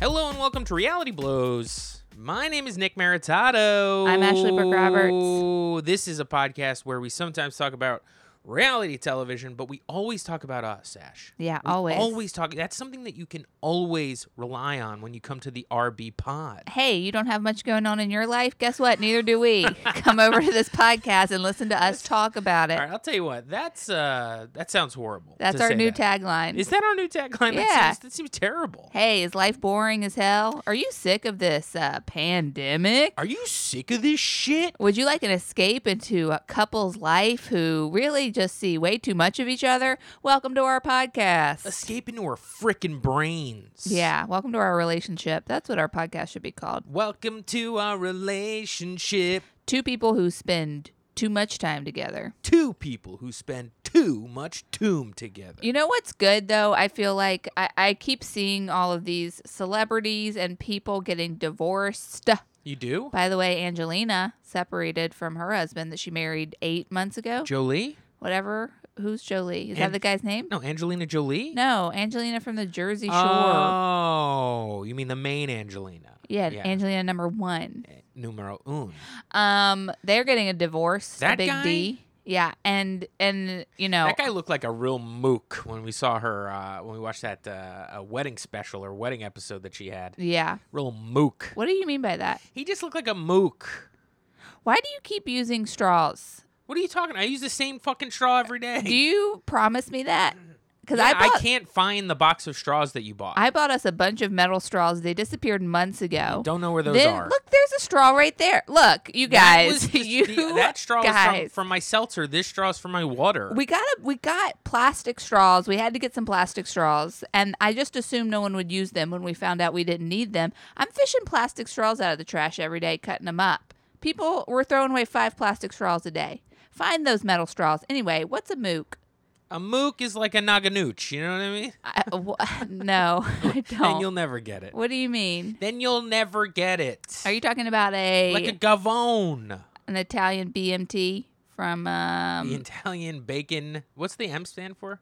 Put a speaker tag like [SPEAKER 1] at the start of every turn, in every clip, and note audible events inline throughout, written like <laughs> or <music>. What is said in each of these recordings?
[SPEAKER 1] welcome to Reality Blows. My name is Nick Maritato.
[SPEAKER 2] I'm Ashley Brooke Roberts.
[SPEAKER 1] This is a podcast where we sometimes talk about reality television, but we always talk about us, Ash.
[SPEAKER 2] Yeah,
[SPEAKER 1] We
[SPEAKER 2] always.
[SPEAKER 1] Always talk. That's something that you can always rely on when you come to the RB pod.
[SPEAKER 2] Hey, you don't have much going on in your life? Guess what? Neither
[SPEAKER 1] <laughs>
[SPEAKER 2] do we. Come over to this podcast and listen to us talk about it.
[SPEAKER 1] All right, I'll tell you what. That's uh, that sounds horrible.
[SPEAKER 2] That's
[SPEAKER 1] to
[SPEAKER 2] our
[SPEAKER 1] say
[SPEAKER 2] new
[SPEAKER 1] that.
[SPEAKER 2] tagline.
[SPEAKER 1] Is that our new tagline?
[SPEAKER 2] Yeah.
[SPEAKER 1] That seems, that seems terrible.
[SPEAKER 2] hey, is life boring as hell? Are you sick of this uh, pandemic?
[SPEAKER 1] Are you sick of this shit?
[SPEAKER 2] Would you like an escape into a couple's life who really just see way too much of each other? Welcome to our podcast.
[SPEAKER 1] Escape into our freaking brains.
[SPEAKER 2] Yeah, welcome to our relationship. That's what our podcast should be called.
[SPEAKER 1] Welcome to our relationship.
[SPEAKER 2] Two people who spend too much time together.
[SPEAKER 1] Two people who spend too much tomb together.
[SPEAKER 2] You know what's good though? I feel like I, I keep seeing all of these celebrities and people getting divorced.
[SPEAKER 1] You do?
[SPEAKER 2] By the way, Angelina separated from her husband that she married eight months ago.
[SPEAKER 1] Jolie?
[SPEAKER 2] Whatever. Who's Jolie? Is that
[SPEAKER 1] Ang-
[SPEAKER 2] the guy's name?
[SPEAKER 1] No, Angelina Jolie?
[SPEAKER 2] No, Angelina from the Jersey Shore.
[SPEAKER 1] Oh, you mean the main Angelina?
[SPEAKER 2] yeah,
[SPEAKER 1] yeah.
[SPEAKER 2] Angelina number one.
[SPEAKER 1] Numero
[SPEAKER 2] Oh.
[SPEAKER 1] un.
[SPEAKER 2] Um, they're getting a divorce.
[SPEAKER 1] That
[SPEAKER 2] a big
[SPEAKER 1] guy?
[SPEAKER 2] D. Yeah, and and you know,
[SPEAKER 1] That guy looked like a real mook when we saw her, uh, when we watched that uh, uh, wedding special or wedding episode that she had.
[SPEAKER 2] yeah.
[SPEAKER 1] Real mook.
[SPEAKER 2] What do you mean by that?
[SPEAKER 1] He just looked like a mook.
[SPEAKER 2] Why do you keep using straws?
[SPEAKER 1] What are you talking? I use the same fucking straw every day.
[SPEAKER 2] Do you promise me that? Because
[SPEAKER 1] Yeah,
[SPEAKER 2] I bought, I,
[SPEAKER 1] can't find the box of straws that you bought.
[SPEAKER 2] bought us a bunch of metal straws. They disappeared months ago.
[SPEAKER 1] Don't know where those
[SPEAKER 2] then
[SPEAKER 1] are.
[SPEAKER 2] look, there's a straw right there. Look, you
[SPEAKER 1] That
[SPEAKER 2] guys, <laughs>
[SPEAKER 1] was just
[SPEAKER 2] you
[SPEAKER 1] the- that straw was from,
[SPEAKER 2] guys.
[SPEAKER 1] from my seltzer. This straw's from my water.
[SPEAKER 2] we got a, we got plastic straws. We had to get some plastic straws, and I just assumed no one would use them when we found out we didn't need them. I'm fishing plastic straws out of the trash every day, cutting them up. People were throwing away five plastic straws a day. Find those metal straws. Anyway, what's a mook?
[SPEAKER 1] a mook is like a naganooch. You know what I mean?
[SPEAKER 2] I, <laughs> w- no, I
[SPEAKER 1] Then you'll
[SPEAKER 2] don't.
[SPEAKER 1] never get it.
[SPEAKER 2] What do you mean?
[SPEAKER 1] Then you'll never get it.
[SPEAKER 2] Are you talking about a,
[SPEAKER 1] like a gavone?
[SPEAKER 2] an Italian BMT from um
[SPEAKER 1] the Italian bacon. What's the M stand for?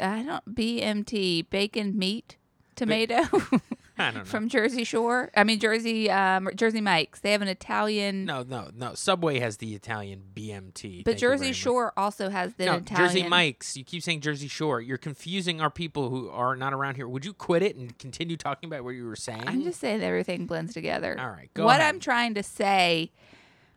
[SPEAKER 2] I don't BMT bacon meat tomato <laughs>
[SPEAKER 1] I don't know.
[SPEAKER 2] from Jersey Shore? I mean Jersey um Jersey Mike's. They have an Italian
[SPEAKER 1] no, no, no. Subway has the Italian BMT. Thank you
[SPEAKER 2] but
[SPEAKER 1] very
[SPEAKER 2] Jersey
[SPEAKER 1] much.
[SPEAKER 2] Shore also has the
[SPEAKER 1] No,
[SPEAKER 2] Italian
[SPEAKER 1] Jersey Mike's. You keep saying Jersey Shore. You're confusing our people who are not around here. Would you quit it and continue talking about what you were saying?
[SPEAKER 2] I'm just saying everything blends together.
[SPEAKER 1] All right, go
[SPEAKER 2] what
[SPEAKER 1] ahead.
[SPEAKER 2] I'm trying to say,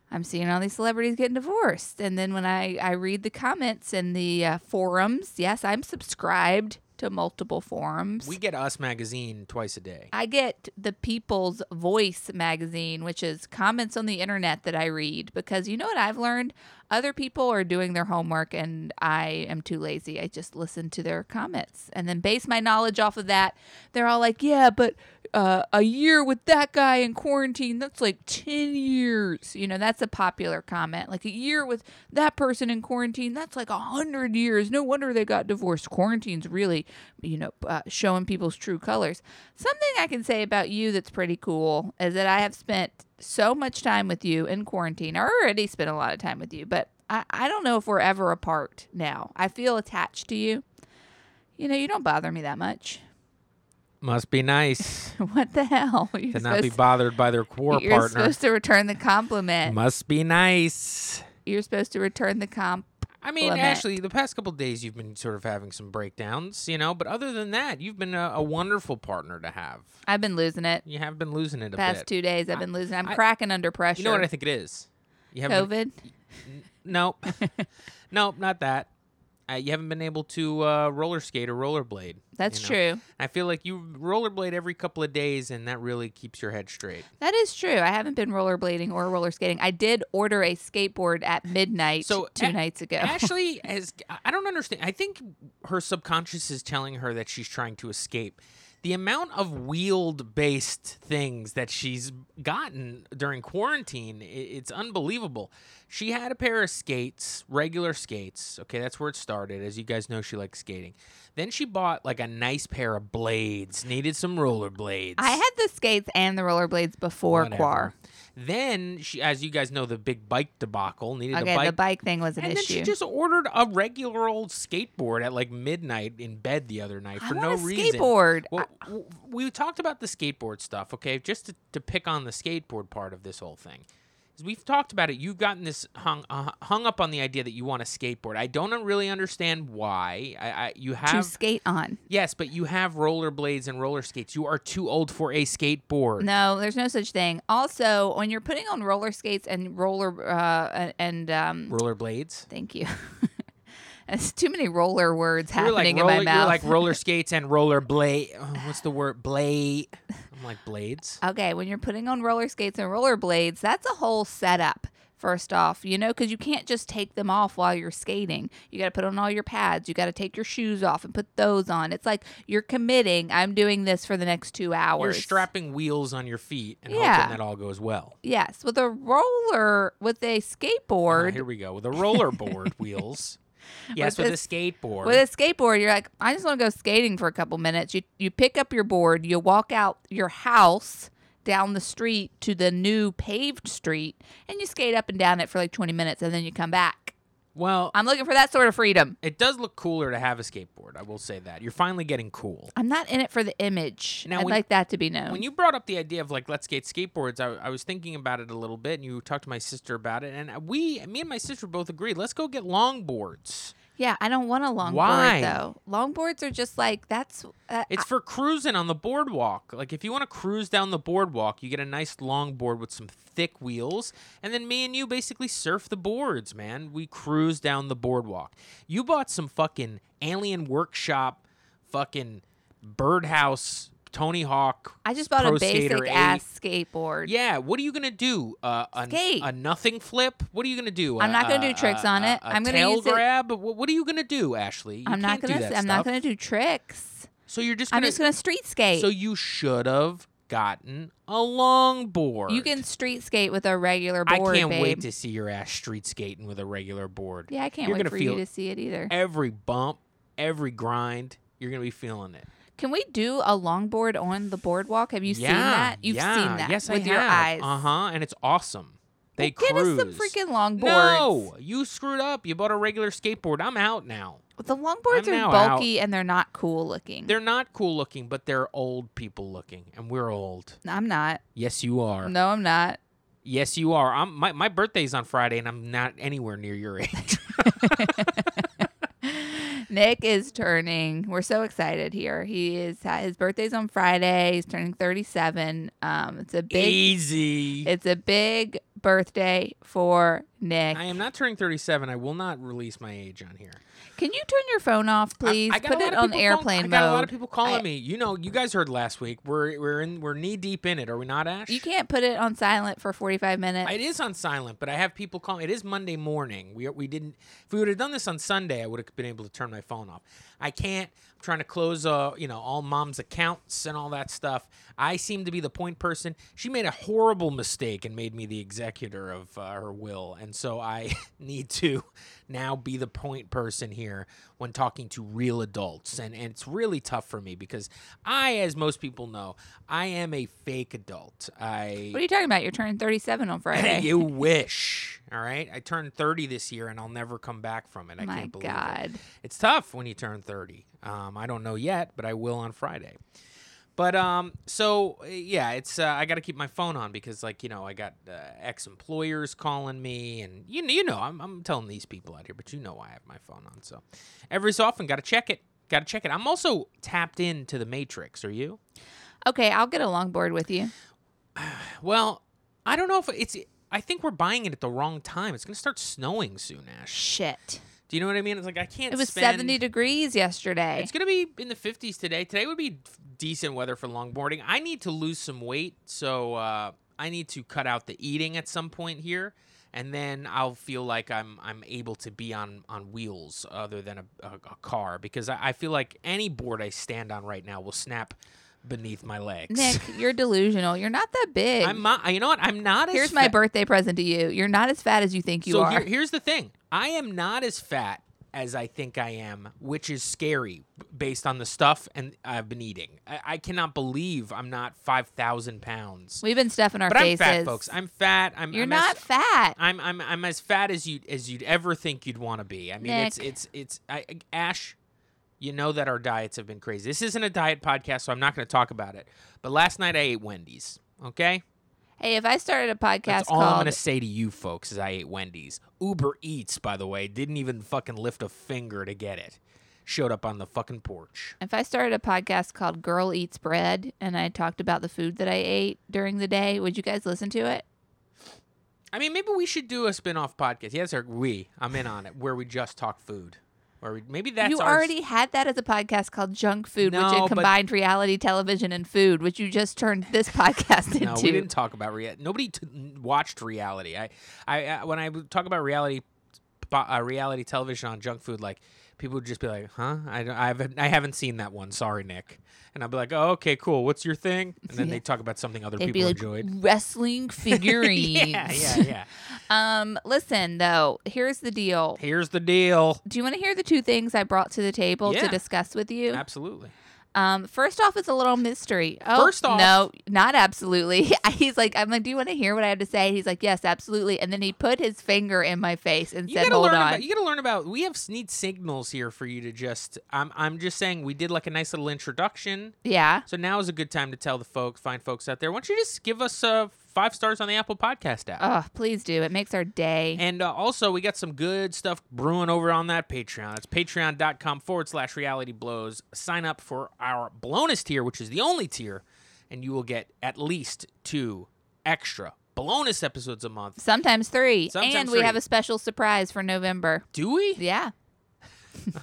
[SPEAKER 2] I'm seeing all these celebrities getting divorced, and then when I I read the comments and the uh, forums, yes, I'm subscribed to multiple forums.
[SPEAKER 1] We get Us magazine twice a day.
[SPEAKER 2] I get the People's Voice magazine, which is comments on the internet that I read because you know what I've learned? Other people are doing their homework and I am too lazy. I just listen to their comments and then base my knowledge off of that. They're all like, yeah, but uh, a year with that guy in quarantine, that's like 10 years. You know, that's a popular comment. Like a year with that person in quarantine, that's like a 100 years. No wonder they got divorced. Quarantine's really, you know, uh, showing people's true colors. Something I can say about you that's pretty cool is that I have spent so much time with you in quarantine. I already spent a lot of time with you, but I, I don't know if we're ever apart now. I feel attached to you. You know, you don't bother me that much. <laughs>
[SPEAKER 1] Must be nice
[SPEAKER 2] What the hell? <laughs> You're,
[SPEAKER 1] to not be
[SPEAKER 2] supposed-
[SPEAKER 1] bothered by their core
[SPEAKER 2] you're
[SPEAKER 1] partner.
[SPEAKER 2] supposed to return the compliment.
[SPEAKER 1] Must be nice.
[SPEAKER 2] You're supposed to return the comp.
[SPEAKER 1] I mean,
[SPEAKER 2] Lament.
[SPEAKER 1] Ashley, the past couple days you've been sort of having some breakdowns, you know, but other than that, you've been a, a wonderful partner to have.
[SPEAKER 2] I've been losing it.
[SPEAKER 1] You have been losing it a
[SPEAKER 2] Past
[SPEAKER 1] bit.
[SPEAKER 2] two days, I've been losing. I'm
[SPEAKER 1] I-
[SPEAKER 2] cracking under pressure.
[SPEAKER 1] you know what I think it is? You haven't
[SPEAKER 2] COVID.
[SPEAKER 1] been- nope.
[SPEAKER 2] <laughs>
[SPEAKER 1] nope, not that. Uh, you haven't been able to uh, roller skate or rollerblade.
[SPEAKER 2] That's
[SPEAKER 1] you know?
[SPEAKER 2] true.
[SPEAKER 1] I feel like you rollerblade every couple of days, and that really keeps your head straight.
[SPEAKER 2] That is true. I haven't been rollerblading or roller skating. I did order a skateboard at midnight
[SPEAKER 1] So,
[SPEAKER 2] two
[SPEAKER 1] a-
[SPEAKER 2] nights ago.
[SPEAKER 1] Ashley has I don't understand. I think her subconscious is telling her that she's trying to escape. The amount of wheeled based things that she's gotten during quarantine, i- it's unbelievable. She had a pair of skates, regular skates. Okay, that's where it started. As you guys know, she likes skating. Then she bought like a nice pair of blades, needed some roller blades.
[SPEAKER 2] I had the skates and the rollerblades before
[SPEAKER 1] Whatever.
[SPEAKER 2] Quar.
[SPEAKER 1] Then she, as you guys know, the big bike debacle needed
[SPEAKER 2] Okay,
[SPEAKER 1] a bike.
[SPEAKER 2] the bike thing was an
[SPEAKER 1] and then
[SPEAKER 2] issue.
[SPEAKER 1] she just ordered a regular old skateboard at like midnight in bed the other night
[SPEAKER 2] I
[SPEAKER 1] for
[SPEAKER 2] want
[SPEAKER 1] no
[SPEAKER 2] a
[SPEAKER 1] reason.
[SPEAKER 2] skateboard.
[SPEAKER 1] Well, w- we talked about the skateboard stuff, okay? Just to, to pick on the skateboard part of this whole thing. 'Cause We've talked about it. You've gotten this hung uh, hung up on the idea that you want a skateboard. I don't really understand why. I, I you
[SPEAKER 2] I- to
[SPEAKER 1] have
[SPEAKER 2] skate on.
[SPEAKER 1] yes, but you have rollerblades and roller skates. You are too old for a skateboard.
[SPEAKER 2] No, there's no such thing. Also, when you're putting on roller skates and roller uh, and um,
[SPEAKER 1] Rollerblades.
[SPEAKER 2] thank you. <laughs> It's too many roller words
[SPEAKER 1] You're like,
[SPEAKER 2] happening
[SPEAKER 1] roller,
[SPEAKER 2] in my mouth.
[SPEAKER 1] you're like roller skates and roller blade. Oh, what's the word? Blade. I'm like blades.
[SPEAKER 2] Okay, when you're putting on roller skates and roller blades, that's a whole setup. First off, you know, because you can't just take them off while you're skating. You got to put on all your pads. You got to take your shoes off and put those on. It's like you're committing. I'm doing this for the next two hours.
[SPEAKER 1] You're strapping wheels on your feet and
[SPEAKER 2] Yeah.
[SPEAKER 1] hoping that all goes well.
[SPEAKER 2] Yes, with a roller, with a
[SPEAKER 1] Oh,
[SPEAKER 2] skateboard,
[SPEAKER 1] here we go with the
[SPEAKER 2] <laughs>
[SPEAKER 1] rollerboard wheels. Yes, with,
[SPEAKER 2] With
[SPEAKER 1] a skateboard.
[SPEAKER 2] with a skateboard, you're like, I just want to go skating for a couple minutes. You you pick up your board, you walk out your house down the street to the new paved street, and you skate up and down it for like 20 minutes, and then you come back.
[SPEAKER 1] well,
[SPEAKER 2] I'm looking for that sort of freedom.
[SPEAKER 1] it does look cooler to have a skateboard. I will say that you're finally getting cool.
[SPEAKER 2] I'm not in it for the image.
[SPEAKER 1] Now,
[SPEAKER 2] I'd
[SPEAKER 1] when-
[SPEAKER 2] like that to be known.
[SPEAKER 1] When you brought up the idea of like let's skate skateboards, I, I was thinking about it a little bit, and you talked to my sister about it, and we, me and my sister, both agreed. Let's go get longboards.
[SPEAKER 2] yeah, I don't want a longboard
[SPEAKER 1] Why?
[SPEAKER 2] though. Longboards are just like that's. Uh,
[SPEAKER 1] It's for cruising on the boardwalk. Like if you want to cruise down the boardwalk, you get a nice longboard with some thick wheels, and then me and you basically surf the boards, man. We cruise down the boardwalk. You bought some fucking alien workshop, fucking birdhouse, Tony Hawk.
[SPEAKER 2] I just bought a
[SPEAKER 1] Pro Skater
[SPEAKER 2] basic
[SPEAKER 1] 8.
[SPEAKER 2] ass skateboard.
[SPEAKER 1] Yeah, what are you gonna do? Uh, a,
[SPEAKER 2] Skate.
[SPEAKER 1] a nothing flip? What are you gonna do?
[SPEAKER 2] I'm
[SPEAKER 1] A-
[SPEAKER 2] not gonna
[SPEAKER 1] a-
[SPEAKER 2] do tricks
[SPEAKER 1] a-
[SPEAKER 2] on
[SPEAKER 1] a-
[SPEAKER 2] it.
[SPEAKER 1] a
[SPEAKER 2] I'm gonna
[SPEAKER 1] tail
[SPEAKER 2] use it-
[SPEAKER 1] grab. Wh- What are you gonna do, Ashley? You
[SPEAKER 2] I'm
[SPEAKER 1] can't
[SPEAKER 2] not
[SPEAKER 1] do
[SPEAKER 2] gonna.
[SPEAKER 1] that
[SPEAKER 2] I'm not
[SPEAKER 1] stuff.
[SPEAKER 2] gonna do tricks.
[SPEAKER 1] So you're just
[SPEAKER 2] I'm
[SPEAKER 1] gonna
[SPEAKER 2] just gonna street skate.
[SPEAKER 1] So you should have gotten a longboard.
[SPEAKER 2] You can street skate with a regular
[SPEAKER 1] I
[SPEAKER 2] board.
[SPEAKER 1] can't wait
[SPEAKER 2] babe.
[SPEAKER 1] to see your ass street skating with a regular board.
[SPEAKER 2] Yeah, I can't
[SPEAKER 1] You're
[SPEAKER 2] wait
[SPEAKER 1] gonna
[SPEAKER 2] for
[SPEAKER 1] feel
[SPEAKER 2] you to see it either.
[SPEAKER 1] every bump, every grind. You're gonna be feeling it.
[SPEAKER 2] Can we do a longboard on the boardwalk? Have you
[SPEAKER 1] yeah,
[SPEAKER 2] seen that? You've
[SPEAKER 1] yeah.
[SPEAKER 2] seen that
[SPEAKER 1] Yes,
[SPEAKER 2] with
[SPEAKER 1] I
[SPEAKER 2] your
[SPEAKER 1] have.
[SPEAKER 2] eyes.
[SPEAKER 1] Uh huh. And it's awesome. They
[SPEAKER 2] Well, get
[SPEAKER 1] cruise.
[SPEAKER 2] us some freaking longboards.
[SPEAKER 1] no, you screwed up. You bought a regular skateboard. I'm out now.
[SPEAKER 2] the longboards
[SPEAKER 1] I'm
[SPEAKER 2] are
[SPEAKER 1] now
[SPEAKER 2] bulky and they're not cool looking.
[SPEAKER 1] They're not cool looking, but they're old people looking, and we're old.
[SPEAKER 2] I'm not.
[SPEAKER 1] Yes, you are.
[SPEAKER 2] No, I'm not. <laughs>
[SPEAKER 1] Yes, you are. I'm my, my birthday's on Friday, and I'm not anywhere near your <laughs> age.
[SPEAKER 2] Nick is turning. We're so excited here. He is. His birthday's on Friday. He's turning 37. Um, it's a big.
[SPEAKER 1] Easy.
[SPEAKER 2] It's a big birthday for Nick.
[SPEAKER 1] I am not turning 37. I will not release my age on here.
[SPEAKER 2] Can you turn your phone off,
[SPEAKER 1] I-
[SPEAKER 2] please?
[SPEAKER 1] I got a
[SPEAKER 2] Put
[SPEAKER 1] lot
[SPEAKER 2] it
[SPEAKER 1] of
[SPEAKER 2] on
[SPEAKER 1] people
[SPEAKER 2] airplane
[SPEAKER 1] calling,
[SPEAKER 2] mode.
[SPEAKER 1] I got a lot of people calling
[SPEAKER 2] I-
[SPEAKER 1] me. You know, you guys heard last week. We're we're in we're knee deep in it. Are we not, Ash?
[SPEAKER 2] you can't put it on silent for 45 minutes.
[SPEAKER 1] It is on silent, but I have people calling. It is Monday morning. We we didn't. If we would have done this on Sunday, I would have been able to turn my phone off. I can't. I'm trying to close, uh, you know, all mom's accounts and all that stuff. I seem to be the point person. She made a horrible mistake and made me the executor of uh, her will, and so I <laughs> need to now be the point person here when talking to real adults, and and it's really tough for me because I, as most people know, I am a fake adult. I
[SPEAKER 2] what are you talking about? You're turning 37 on Friday.
[SPEAKER 1] <laughs> you wish. All right. I turned 30 this year and I'll never come back from it. I
[SPEAKER 2] My
[SPEAKER 1] can't believe it.
[SPEAKER 2] God.
[SPEAKER 1] It's tough when you turn 30. Um, I don't know yet, but I will on Friday. But um, so uh, yeah, it's uh, I got to keep my phone on because like you know I got uh, ex employers calling me and you you know I'm, I'm telling these people out here, but you know I have my phone on, so every so often got to check it, got to check it. I'm also tapped into the matrix. Are you?
[SPEAKER 2] Okay, I'll get a longboard with you.
[SPEAKER 1] Well, I don't know if it's. I think we're buying it at the wrong time. It's gonna start snowing soon, Ash.
[SPEAKER 2] Shit.
[SPEAKER 1] Do you know what I mean? It's like I can't.
[SPEAKER 2] It was
[SPEAKER 1] spend-
[SPEAKER 2] 70 degrees yesterday.
[SPEAKER 1] It's gonna be in the 50s today. Today would be decent weather for longboarding. I need to lose some weight, so uh, I need to cut out the eating at some point here, and then I'll feel like I'm I'm able to be on on wheels other than a, a, a car because I, I feel like any board I stand on right now will snap beneath my legs.
[SPEAKER 2] Nick, you're delusional. You're not that
[SPEAKER 1] <laughs>
[SPEAKER 2] big.
[SPEAKER 1] I'm not, you know what? I'm not as
[SPEAKER 2] Here's my
[SPEAKER 1] fat-
[SPEAKER 2] birthday present to you. You're not as fat as you think you
[SPEAKER 1] so
[SPEAKER 2] are.
[SPEAKER 1] here- here's the thing i am not as fat as I think I am, which is scary based on the stuff and I've been eating. I, I cannot believe I'm not five thousand pounds.
[SPEAKER 2] We've been stuffing our
[SPEAKER 1] But I'm
[SPEAKER 2] faces.
[SPEAKER 1] fat, folks. I'm fat. I'm
[SPEAKER 2] You're
[SPEAKER 1] I'm as-
[SPEAKER 2] not fat.
[SPEAKER 1] I'm I'm I'm as fat as you as you'd ever think you'd want to be. I mean, it's
[SPEAKER 2] Nick.
[SPEAKER 1] it's it's I, Ash. You know that our diets have been crazy. This isn't a diet podcast, so I'm not going to talk about it. But last night I ate Wendy's. Okay,
[SPEAKER 2] hey, if I started a podcast
[SPEAKER 1] that's all I'm going
[SPEAKER 2] called
[SPEAKER 1] to say to you folks is I ate Wendy's. Uber Eats, by the way, didn't even fucking lift a finger to get it. Showed up on the fucking porch.
[SPEAKER 2] if I started a podcast called Girl Eats Bread and I talked about the food that I ate during the day, would you guys listen to it?
[SPEAKER 1] I mean, maybe we should do a spin-off podcast. Yes, or we. I'm in on it. Where we just talk food. Or we, maybe that's
[SPEAKER 2] you
[SPEAKER 1] our s-
[SPEAKER 2] already had that as a podcast called Junk Food, which
[SPEAKER 1] No,
[SPEAKER 2] it
[SPEAKER 1] but-
[SPEAKER 2] combined reality television and food, which you just turned this <laughs> podcast into.
[SPEAKER 1] No, we didn't talk about reality. Nobody t- n- watched reality. I, I, I when I would talk about reality, po- uh, reality television on junk food, like people would just be like, "Huh? I, don't- I haven't, I haven't seen that one. Sorry, Nick." And I'd be like, "Oh, okay, cool. What's your thing?" And then
[SPEAKER 2] Yeah.
[SPEAKER 1] they talk about something other
[SPEAKER 2] They'd
[SPEAKER 1] people
[SPEAKER 2] be like
[SPEAKER 1] enjoyed. <laughs>
[SPEAKER 2] wrestling figurines.
[SPEAKER 1] Yeah, yeah, yeah.
[SPEAKER 2] Um, listen though, here's the deal.
[SPEAKER 1] Here's the deal.
[SPEAKER 2] Do you want to hear the two things I brought to the table to
[SPEAKER 1] Yeah.
[SPEAKER 2] discuss with you?
[SPEAKER 1] Absolutely.
[SPEAKER 2] Um, first off, it's a little mystery. Oh,
[SPEAKER 1] First off-
[SPEAKER 2] no, not absolutely. <laughs> He's like, I'm like, do you want to hear what I have to say? He's like, yes, absolutely. And then he put his finger in my face and
[SPEAKER 1] You
[SPEAKER 2] said,
[SPEAKER 1] gotta
[SPEAKER 2] hold
[SPEAKER 1] learn
[SPEAKER 2] on.
[SPEAKER 1] about. You gotta learn about. We have s- need signals here for you to just. I'm. I'm just saying. We did like a nice little introduction.
[SPEAKER 2] yeah.
[SPEAKER 1] So now is a good time to tell the folks, fine folks out there, why don't you just give us uh, five stars on the Apple Podcast app?
[SPEAKER 2] Oh, please do. It makes our day.
[SPEAKER 1] and uh, also, we got some good stuff brewing over on that Patreon. It's patreon.com forward slash reality blows. Sign up for our Balonus tier, which is the only tier, and you will get at least two extra Balonus episodes a month.
[SPEAKER 2] Sometimes three.
[SPEAKER 1] Sometimes
[SPEAKER 2] and we
[SPEAKER 1] three.
[SPEAKER 2] have a special surprise for November.
[SPEAKER 1] Do
[SPEAKER 2] <laughs>
[SPEAKER 1] we?
[SPEAKER 2] Yeah.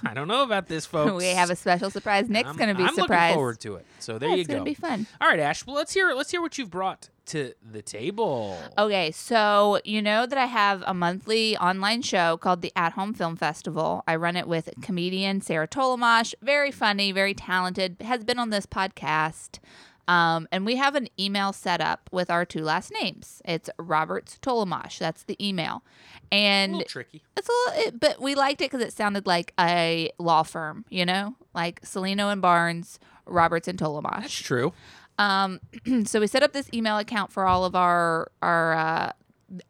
[SPEAKER 1] I don't know about this, folks.
[SPEAKER 2] We have a special surprise. Nick's
[SPEAKER 1] I'm-
[SPEAKER 2] going to be
[SPEAKER 1] I'm looking
[SPEAKER 2] surprised.
[SPEAKER 1] forward to it. So there
[SPEAKER 2] Yeah,
[SPEAKER 1] you
[SPEAKER 2] it's gonna
[SPEAKER 1] go.
[SPEAKER 2] be fun.
[SPEAKER 1] All right, Ash. Well, let's hear. Let's hear what you've brought to the table.
[SPEAKER 2] Okay, so you know that I have a monthly online show called the At Home Film Festival. I run it with comedian Sarah Tolomash, very funny, very talented, has been on this podcast. Um, and we have an email set up with our two last names. It's Roberts Tolomash. That's the email.
[SPEAKER 1] a
[SPEAKER 2] And
[SPEAKER 1] little tricky.
[SPEAKER 2] it's a little, it, but we liked it because it sounded like a law firm, you know, like Salino and Barnes, Roberts and Tolomash.
[SPEAKER 1] That's true.
[SPEAKER 2] Um, <clears throat> so we set up this email account for all of our our uh,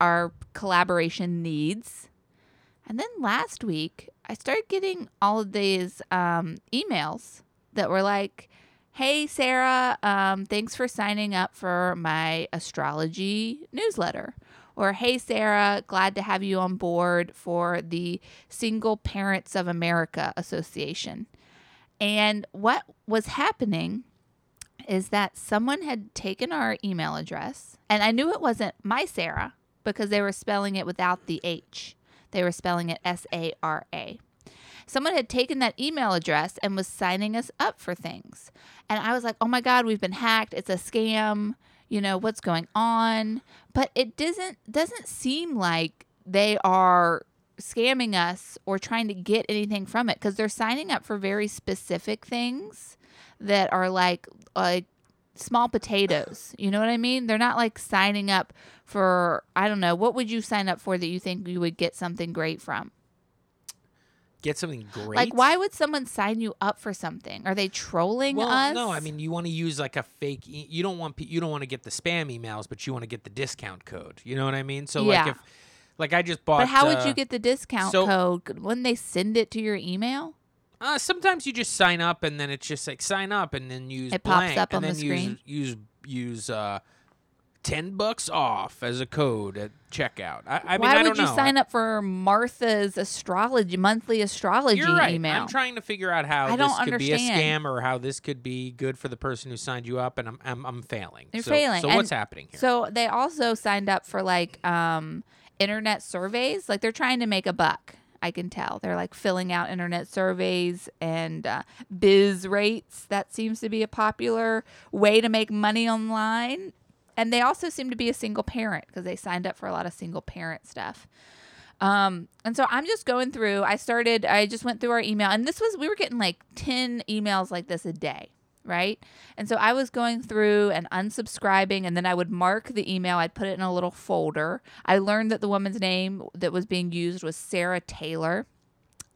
[SPEAKER 2] our collaboration needs, and then last week I started getting all of these um, emails that were like, "Hey Sarah, um, thanks for signing up for my astrology newsletter." Or, hey, Sarah, glad to have you on board for the Single Parents of America Association. And what was happening is that someone had taken our email address, and I knew it wasn't my Sarah because they were spelling it without the H. They were spelling it S A R A. Someone had taken that email address and was signing us up for things. And I was like, oh my God, we've been hacked. It's a scam. You know, what's going on? But it doesn't doesn't seem like they are scamming us or trying to get anything from it because they're signing up for very specific things that are like like small potatoes. You know what I mean? They're not like signing up for I don't know, what would you sign up for that you think you would get something great from?
[SPEAKER 1] Get something great.
[SPEAKER 2] Like why would someone sign you up for something? Are they trolling
[SPEAKER 1] well,
[SPEAKER 2] us?
[SPEAKER 1] no, I mean you want to use like a fake. E- you don't want pe- you don't want to get the spam emails, but you want to get the discount code. You know what I mean? So
[SPEAKER 2] Yeah.
[SPEAKER 1] like if like I just bought.
[SPEAKER 2] But how would
[SPEAKER 1] uh,
[SPEAKER 2] you get the discount
[SPEAKER 1] so-
[SPEAKER 2] code? Wouldn't they send it to your email?
[SPEAKER 1] Uh, sometimes you just sign up and then it's just like sign up and then use
[SPEAKER 2] It pops
[SPEAKER 1] blank
[SPEAKER 2] up on
[SPEAKER 1] and
[SPEAKER 2] the
[SPEAKER 1] then use,
[SPEAKER 2] screen.
[SPEAKER 1] Use use uh, ten bucks off as a code at checkout. I, I mean,
[SPEAKER 2] Why
[SPEAKER 1] I
[SPEAKER 2] would
[SPEAKER 1] don't
[SPEAKER 2] you
[SPEAKER 1] know.
[SPEAKER 2] sign up for Martha's astrology monthly astrology
[SPEAKER 1] You're right.
[SPEAKER 2] email?
[SPEAKER 1] I'm trying to figure out how this
[SPEAKER 2] I don't
[SPEAKER 1] could be a
[SPEAKER 2] understand.
[SPEAKER 1] scam or how this could be good for the person who signed you up, and I'm I'm, I'm failing.
[SPEAKER 2] You're
[SPEAKER 1] so,
[SPEAKER 2] failing,
[SPEAKER 1] So
[SPEAKER 2] and
[SPEAKER 1] what's happening here?
[SPEAKER 2] So they also signed up for like um, internet surveys. Like they're trying to make a buck. I can tell they're like filling out internet surveys and uh, biz rates. That seems to be a popular way to make money online. And they also seem to be a single parent because they signed up for a lot of single parent stuff. Um, and so I'm just going through. I started. I just went through our email, and this was we were getting like ten emails like this a day, right? And so I was going through and unsubscribing, and then I would mark the email. I'd put it in a little folder. I learned that the woman's name that was being used was Sarah Taylor.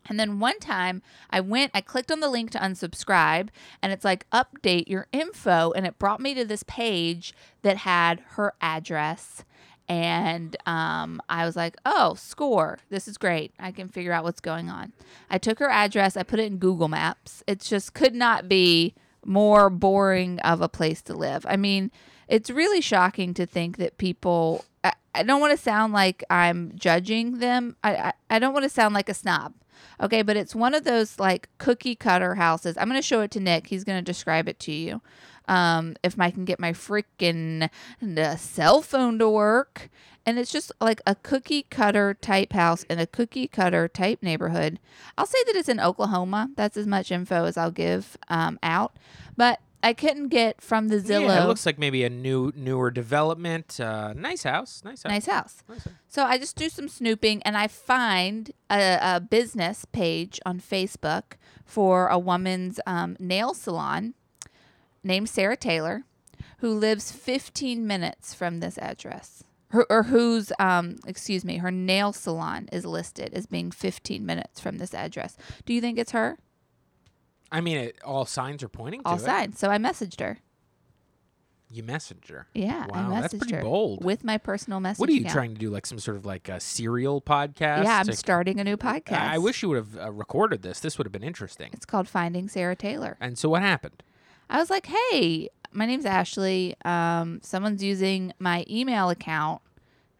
[SPEAKER 2] And then one time I went, I clicked on the link to unsubscribe, and it's like update your info. And it brought me to this page that had her address. And um, I was like, oh, score. This is great. I can figure out what's going on. I took her address, I put it in Google Maps. It just could not be more boring of a place to live. I mean, it's really shocking to think that people. I, I don't want to sound like I'm judging them. I, I, I don't want to sound like a snob. Okay, but it's one of those like cookie cutter houses. I'm going to show it to Nick. He's going to describe it to you. Um, if I can get my freaking uh, cell phone to work. And it's just like a cookie cutter type house in a cookie cutter type neighborhood. I'll say that it's in Oklahoma. That's as much info as I'll give um, out. But I couldn't get from the Zillow.
[SPEAKER 1] Yeah, it looks like maybe a new newer development. Uh, nice house. Nice house.
[SPEAKER 2] nice house.
[SPEAKER 1] Nice house.
[SPEAKER 2] So I just do some snooping and I find a, a business page on Facebook for a woman's um, nail salon named Sarah Taylor who lives 15 minutes from this address. Her, or whose, um, excuse me, her nail salon is listed as being 15 minutes from this address. Do you think it's her?
[SPEAKER 1] I mean, it, all signs are pointing
[SPEAKER 2] All
[SPEAKER 1] to it.
[SPEAKER 2] signed. So I messaged her.
[SPEAKER 1] You messenger. Wow,
[SPEAKER 2] Yeah, I messaged
[SPEAKER 1] that's pretty
[SPEAKER 2] her
[SPEAKER 1] bold.
[SPEAKER 2] with my personal message.
[SPEAKER 1] what are you
[SPEAKER 2] account.
[SPEAKER 1] trying to do? Like some sort of like a serial podcast?
[SPEAKER 2] Yeah, I'm
[SPEAKER 1] Like,
[SPEAKER 2] starting a new podcast.
[SPEAKER 1] I, I wish you would have uh, recorded this. This would have been interesting.
[SPEAKER 2] It's called Finding Sarah Taylor.
[SPEAKER 1] And so what happened?
[SPEAKER 2] I was like, hey, my name's Ashley. Um, someone's using my email account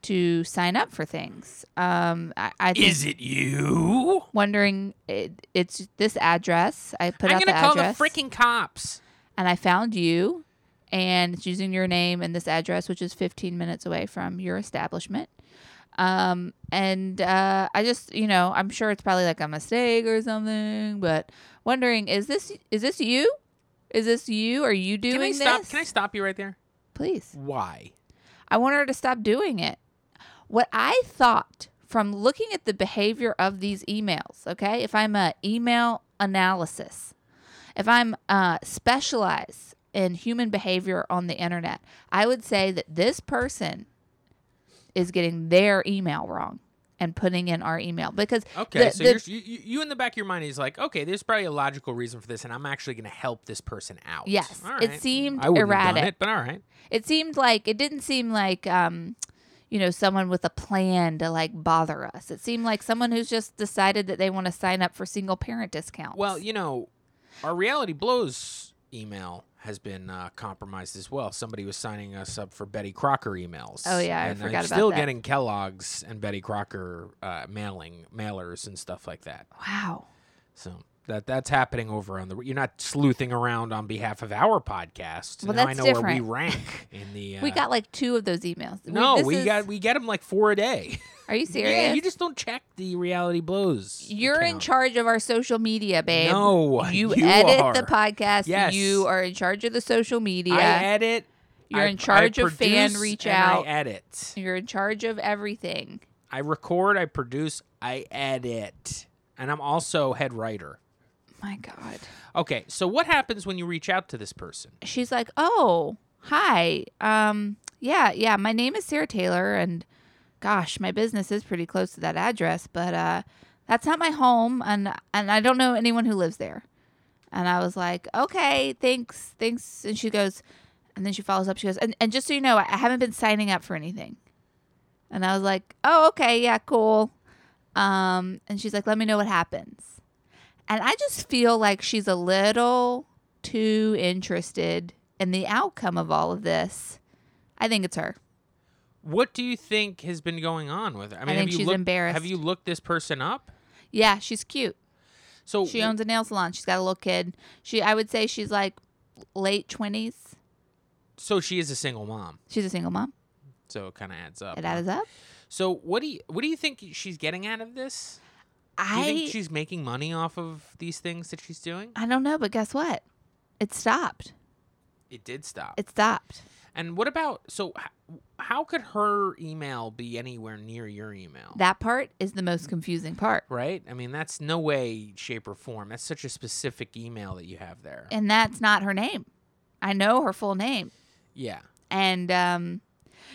[SPEAKER 2] to sign up for things. Um, I, I think-
[SPEAKER 1] Is it you?
[SPEAKER 2] wondering it, it's this address. I put
[SPEAKER 1] I'm
[SPEAKER 2] out
[SPEAKER 1] gonna
[SPEAKER 2] the
[SPEAKER 1] call
[SPEAKER 2] address,
[SPEAKER 1] the freaking cops.
[SPEAKER 2] and I found you, and it's using your name and this address, which is 15 minutes away from your establishment. Um, and uh, I just, you know, I'm sure it's probably like a mistake or something, but wondering is this is this you? Is this you? Are you doing
[SPEAKER 1] Can I
[SPEAKER 2] this?
[SPEAKER 1] stop? Can I stop you right there?
[SPEAKER 2] Please.
[SPEAKER 1] Why?
[SPEAKER 2] I want her to stop doing it. What I thought from looking at the behavior of these emails, okay, if I'm a email analysis, if I'm uh, specialized in human behavior on the internet, I would say that this person is getting their email wrong and putting in our email because
[SPEAKER 1] Okay,
[SPEAKER 2] the-
[SPEAKER 1] so
[SPEAKER 2] the-
[SPEAKER 1] you're, you you you in the back of your mind is like, okay, there's probably a logical reason for this, and I'm actually gonna help this person out.
[SPEAKER 2] Yes,
[SPEAKER 1] All
[SPEAKER 2] it
[SPEAKER 1] right.
[SPEAKER 2] seemed
[SPEAKER 1] I wouldn't Have done
[SPEAKER 2] erratic.
[SPEAKER 1] it, but all right.
[SPEAKER 2] it seemed like it didn't seem like um you know someone with a plan to like bother us it seemed like someone who's just decided that they want to sign up for single parent discounts
[SPEAKER 1] Well, you know, our reality blows email has been uh, compromised as well. Somebody was signing us up for Betty Crocker emails.
[SPEAKER 2] Oh, yeah, I
[SPEAKER 1] and
[SPEAKER 2] forgot
[SPEAKER 1] I'm
[SPEAKER 2] about
[SPEAKER 1] still
[SPEAKER 2] that.
[SPEAKER 1] getting Kellogg's and Betty Crocker uh, mailing mailers and stuff like that.
[SPEAKER 2] wow
[SPEAKER 1] So that that's happening over on the. You're not sleuthing around on behalf of our podcast.
[SPEAKER 2] Well,
[SPEAKER 1] now
[SPEAKER 2] that's
[SPEAKER 1] I know where we
[SPEAKER 2] different. <laughs>
[SPEAKER 1] rank in the. Uh,
[SPEAKER 2] we got like two of those emails
[SPEAKER 1] No,
[SPEAKER 2] this
[SPEAKER 1] we
[SPEAKER 2] is-
[SPEAKER 1] got we get them like four a day. <laughs>
[SPEAKER 2] are you serious
[SPEAKER 1] Yeah, you just don't check the reality blows.
[SPEAKER 2] you're in
[SPEAKER 1] account.
[SPEAKER 2] charge of our social media, babe.
[SPEAKER 1] No,
[SPEAKER 2] you,
[SPEAKER 1] you
[SPEAKER 2] edit
[SPEAKER 1] are.
[SPEAKER 2] the podcast.
[SPEAKER 1] Yes.
[SPEAKER 2] You are in charge of the social media.
[SPEAKER 1] I edit.
[SPEAKER 2] You're
[SPEAKER 1] I-
[SPEAKER 2] in charge
[SPEAKER 1] I
[SPEAKER 2] of fan
[SPEAKER 1] produce
[SPEAKER 2] reach
[SPEAKER 1] and
[SPEAKER 2] out.
[SPEAKER 1] I edit.
[SPEAKER 2] You're in charge of everything.
[SPEAKER 1] I record. I produce. I edit, and I'm also head writer.
[SPEAKER 2] My God.
[SPEAKER 1] Okay, so what happens when you reach out to this person?
[SPEAKER 2] she's like, "Oh, hi. Um, yeah, yeah. My name is Sarah Taylor, and gosh, my business is pretty close to that address, but uh, that's not my home, and and I don't know anyone who lives there." And I was like, "Okay, thanks, thanks." And she goes, and then she follows up. She goes, "And and just so you know, I haven't been signing up for anything." And I was like, "Oh, okay, yeah, cool." Um, and she's like, "Let me know what happens." And I just feel like she's a little too interested in the outcome of all of this. I think it's her.
[SPEAKER 1] What do you think has been going on with her? I mean,
[SPEAKER 2] think
[SPEAKER 1] have you
[SPEAKER 2] she's
[SPEAKER 1] looked, Have
[SPEAKER 2] embarrassed.
[SPEAKER 1] you looked this person up?
[SPEAKER 2] Yeah, she's cute.
[SPEAKER 1] So
[SPEAKER 2] She owns a nail salon. She's got a little kid. She I would say she's like late 20s.
[SPEAKER 1] so she is a single mom.
[SPEAKER 2] She's a single mom.
[SPEAKER 1] So it kind of adds up.
[SPEAKER 2] It adds up.
[SPEAKER 1] So what do you what do you think she's getting out of this? Do you
[SPEAKER 2] I
[SPEAKER 1] think she's making money off of these things that she's doing?
[SPEAKER 2] I don't know, but guess what? It stopped.
[SPEAKER 1] It did stop.
[SPEAKER 2] It stopped.
[SPEAKER 1] and what about so h- how could her email be anywhere near your email?
[SPEAKER 2] That part is the most confusing part.
[SPEAKER 1] right? I mean, that's no way shape or form. That's such a specific email that you have there.
[SPEAKER 2] And that's not her name. I know her full name.
[SPEAKER 1] yeah.
[SPEAKER 2] And um,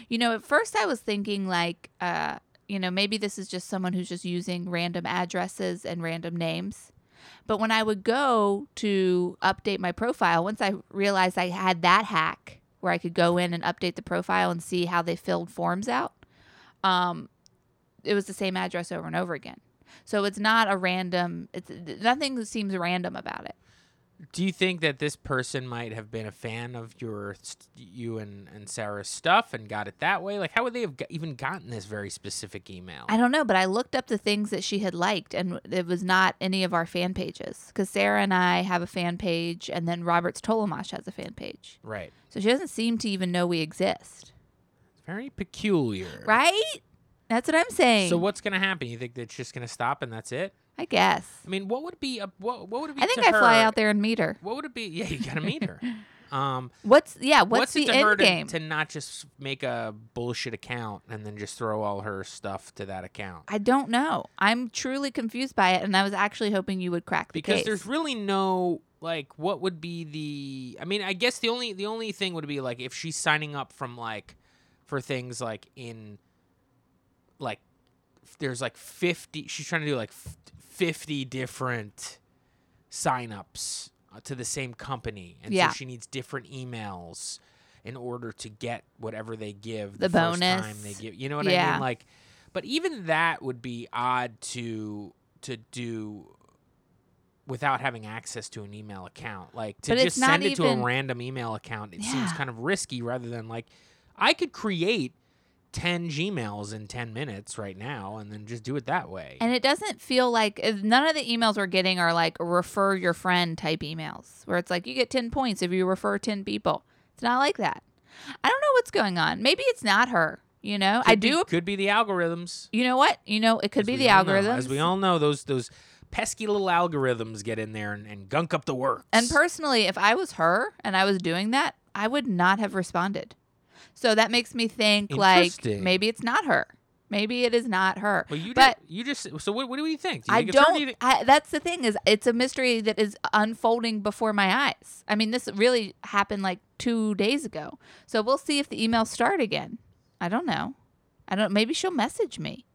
[SPEAKER 2] you know, at first I was thinking like, uh, you know, maybe this is just someone who's just using random addresses and random names. But when I would go to update my profile, once I realized I had that hack where I could go in and update the profile and see how they filled forms out, um, it was the same address over and over again. So it's not a random. It's nothing that seems random about it.
[SPEAKER 1] Do you think that this person might have been a fan of your, st- you and, and Sarah's stuff and got it that way? Like, how would they have g- even gotten this very specific email?
[SPEAKER 2] I don't know, but I looked up the things that she had liked, and it was not any of our fan pages because Sarah and I have a fan page, and then Robert's Tolomash has a fan page.
[SPEAKER 1] right.
[SPEAKER 2] So she doesn't seem to even know we exist,
[SPEAKER 1] Very peculiar.
[SPEAKER 2] right? That's what I'm saying.
[SPEAKER 1] So what's gonna happen? You think it's just gonna stop and that's it?
[SPEAKER 2] I guess.
[SPEAKER 1] I mean, what would be a, what what would it be?
[SPEAKER 2] I think
[SPEAKER 1] to
[SPEAKER 2] I fly
[SPEAKER 1] her-
[SPEAKER 2] out there and meet her.
[SPEAKER 1] What would it be? Yeah, you gotta meet
[SPEAKER 2] <laughs>
[SPEAKER 1] her. Um,
[SPEAKER 2] What's yeah? What's,
[SPEAKER 1] what's, it
[SPEAKER 2] the
[SPEAKER 1] to her
[SPEAKER 2] end
[SPEAKER 1] to-
[SPEAKER 2] game?
[SPEAKER 1] to not just make a bullshit account and then just throw all her stuff to that account?
[SPEAKER 2] I don't know. I'm truly confused by it, and I was actually hoping you would crack the
[SPEAKER 1] because
[SPEAKER 2] case.
[SPEAKER 1] there's really no like what would be the i mean i guess the only the only thing would be like if she's signing up from like for things like in like f- there's like 50 she's trying to do like f- 50 different signups uh, to the same company and
[SPEAKER 2] Yeah.
[SPEAKER 1] so she needs different emails in order to get whatever they give
[SPEAKER 2] The
[SPEAKER 1] first time they
[SPEAKER 2] bonus.
[SPEAKER 1] give you know what i
[SPEAKER 2] Yeah.
[SPEAKER 1] mean like but even that would be odd to to do without having access to an email account. Like to
[SPEAKER 2] But it's
[SPEAKER 1] just
[SPEAKER 2] not
[SPEAKER 1] send it to a
[SPEAKER 2] even-
[SPEAKER 1] random email account, it seems
[SPEAKER 2] Yeah.
[SPEAKER 1] kind of risky rather than like I could create 10 Gmails in 10 minutes right now and then just do it that way.
[SPEAKER 2] And it doesn't feel like if none of the emails we're getting are like refer your friend type emails where it's like you get 10 points if you refer 10 people. It's not like that. I don't know what's going on. Maybe it's not her, you know? I
[SPEAKER 1] Could be-
[SPEAKER 2] do.
[SPEAKER 1] could be the algorithms.
[SPEAKER 2] You know what? You know, it could
[SPEAKER 1] as
[SPEAKER 2] be
[SPEAKER 1] we
[SPEAKER 2] the
[SPEAKER 1] all know. As
[SPEAKER 2] algorithms.
[SPEAKER 1] we all know those those pesky little algorithms get in there and, and gunk up the works.
[SPEAKER 2] and personally, if I was her and I was doing that, I would not have responded. So that makes me think like
[SPEAKER 1] Interesting.
[SPEAKER 2] maybe it's not her. Maybe it is not her.
[SPEAKER 1] well, you
[SPEAKER 2] but-
[SPEAKER 1] did, you just so what, what do you think? Do you
[SPEAKER 2] I
[SPEAKER 1] think it's her? Do
[SPEAKER 2] don't.
[SPEAKER 1] you thi-
[SPEAKER 2] I, that's the thing is, it's a mystery that is unfolding before my eyes. I mean, this really happened like two days ago, so we'll see if the emails start again. I don't know. I don't. Maybe she'll message me.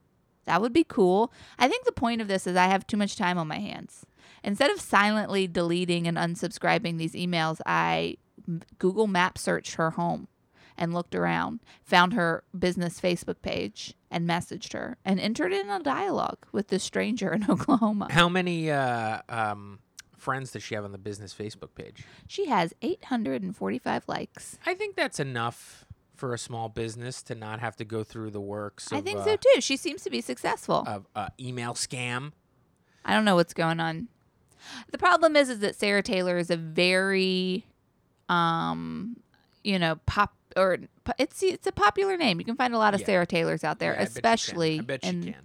[SPEAKER 2] That would be cool. I think the point of this is I have too much time on my hands. Instead of silently deleting and unsubscribing these emails, I m- Google Map searched her home and looked around, found her business Facebook page, and messaged her and entered in a dialogue with this stranger in <laughs> Oklahoma.
[SPEAKER 1] how many uh, um, friends does she have on the business Facebook page?
[SPEAKER 2] She has 845 likes.
[SPEAKER 1] I think that's enough for a small business to not have to go through the works. Of,
[SPEAKER 2] I think
[SPEAKER 1] uh,
[SPEAKER 2] so too. She seems to be successful.
[SPEAKER 1] Of uh, email scam.
[SPEAKER 2] I don't know what's going on. The problem is is that Sarah Taylor is a very um you know pop or po- it's it's a popular name. You can find a lot of
[SPEAKER 1] Yeah.
[SPEAKER 2] Sarah Taylors out there,
[SPEAKER 1] Yeah, I bet you can.
[SPEAKER 2] especially
[SPEAKER 1] I bet you
[SPEAKER 2] in
[SPEAKER 1] can.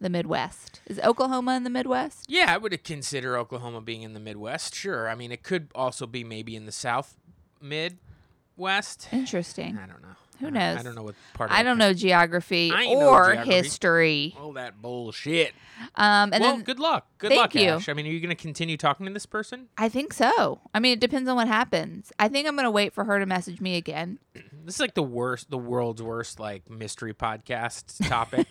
[SPEAKER 2] the Midwest. Is Oklahoma in the Midwest?
[SPEAKER 1] Yeah, I would consider Oklahoma being in the Midwest. Sure. I mean, it could also be maybe in the South Midwest. I
[SPEAKER 2] Interesting.
[SPEAKER 1] don't know.
[SPEAKER 2] Who
[SPEAKER 1] I don't- I
[SPEAKER 2] knows?
[SPEAKER 1] don't know what part. Of
[SPEAKER 2] I don't know geography
[SPEAKER 1] I know
[SPEAKER 2] or
[SPEAKER 1] geography.
[SPEAKER 2] history.
[SPEAKER 1] All that bullshit.
[SPEAKER 2] Um and
[SPEAKER 1] well,
[SPEAKER 2] then
[SPEAKER 1] good luck. Good
[SPEAKER 2] Thank
[SPEAKER 1] luck,
[SPEAKER 2] you.
[SPEAKER 1] Ash. I mean, are you going to continue talking to this person?
[SPEAKER 2] I think so. I mean, it depends on what happens. I think I'm going to wait for her to message me again.
[SPEAKER 1] This is like the worst, the world's worst, like mystery
[SPEAKER 2] <laughs>
[SPEAKER 1] podcast topic.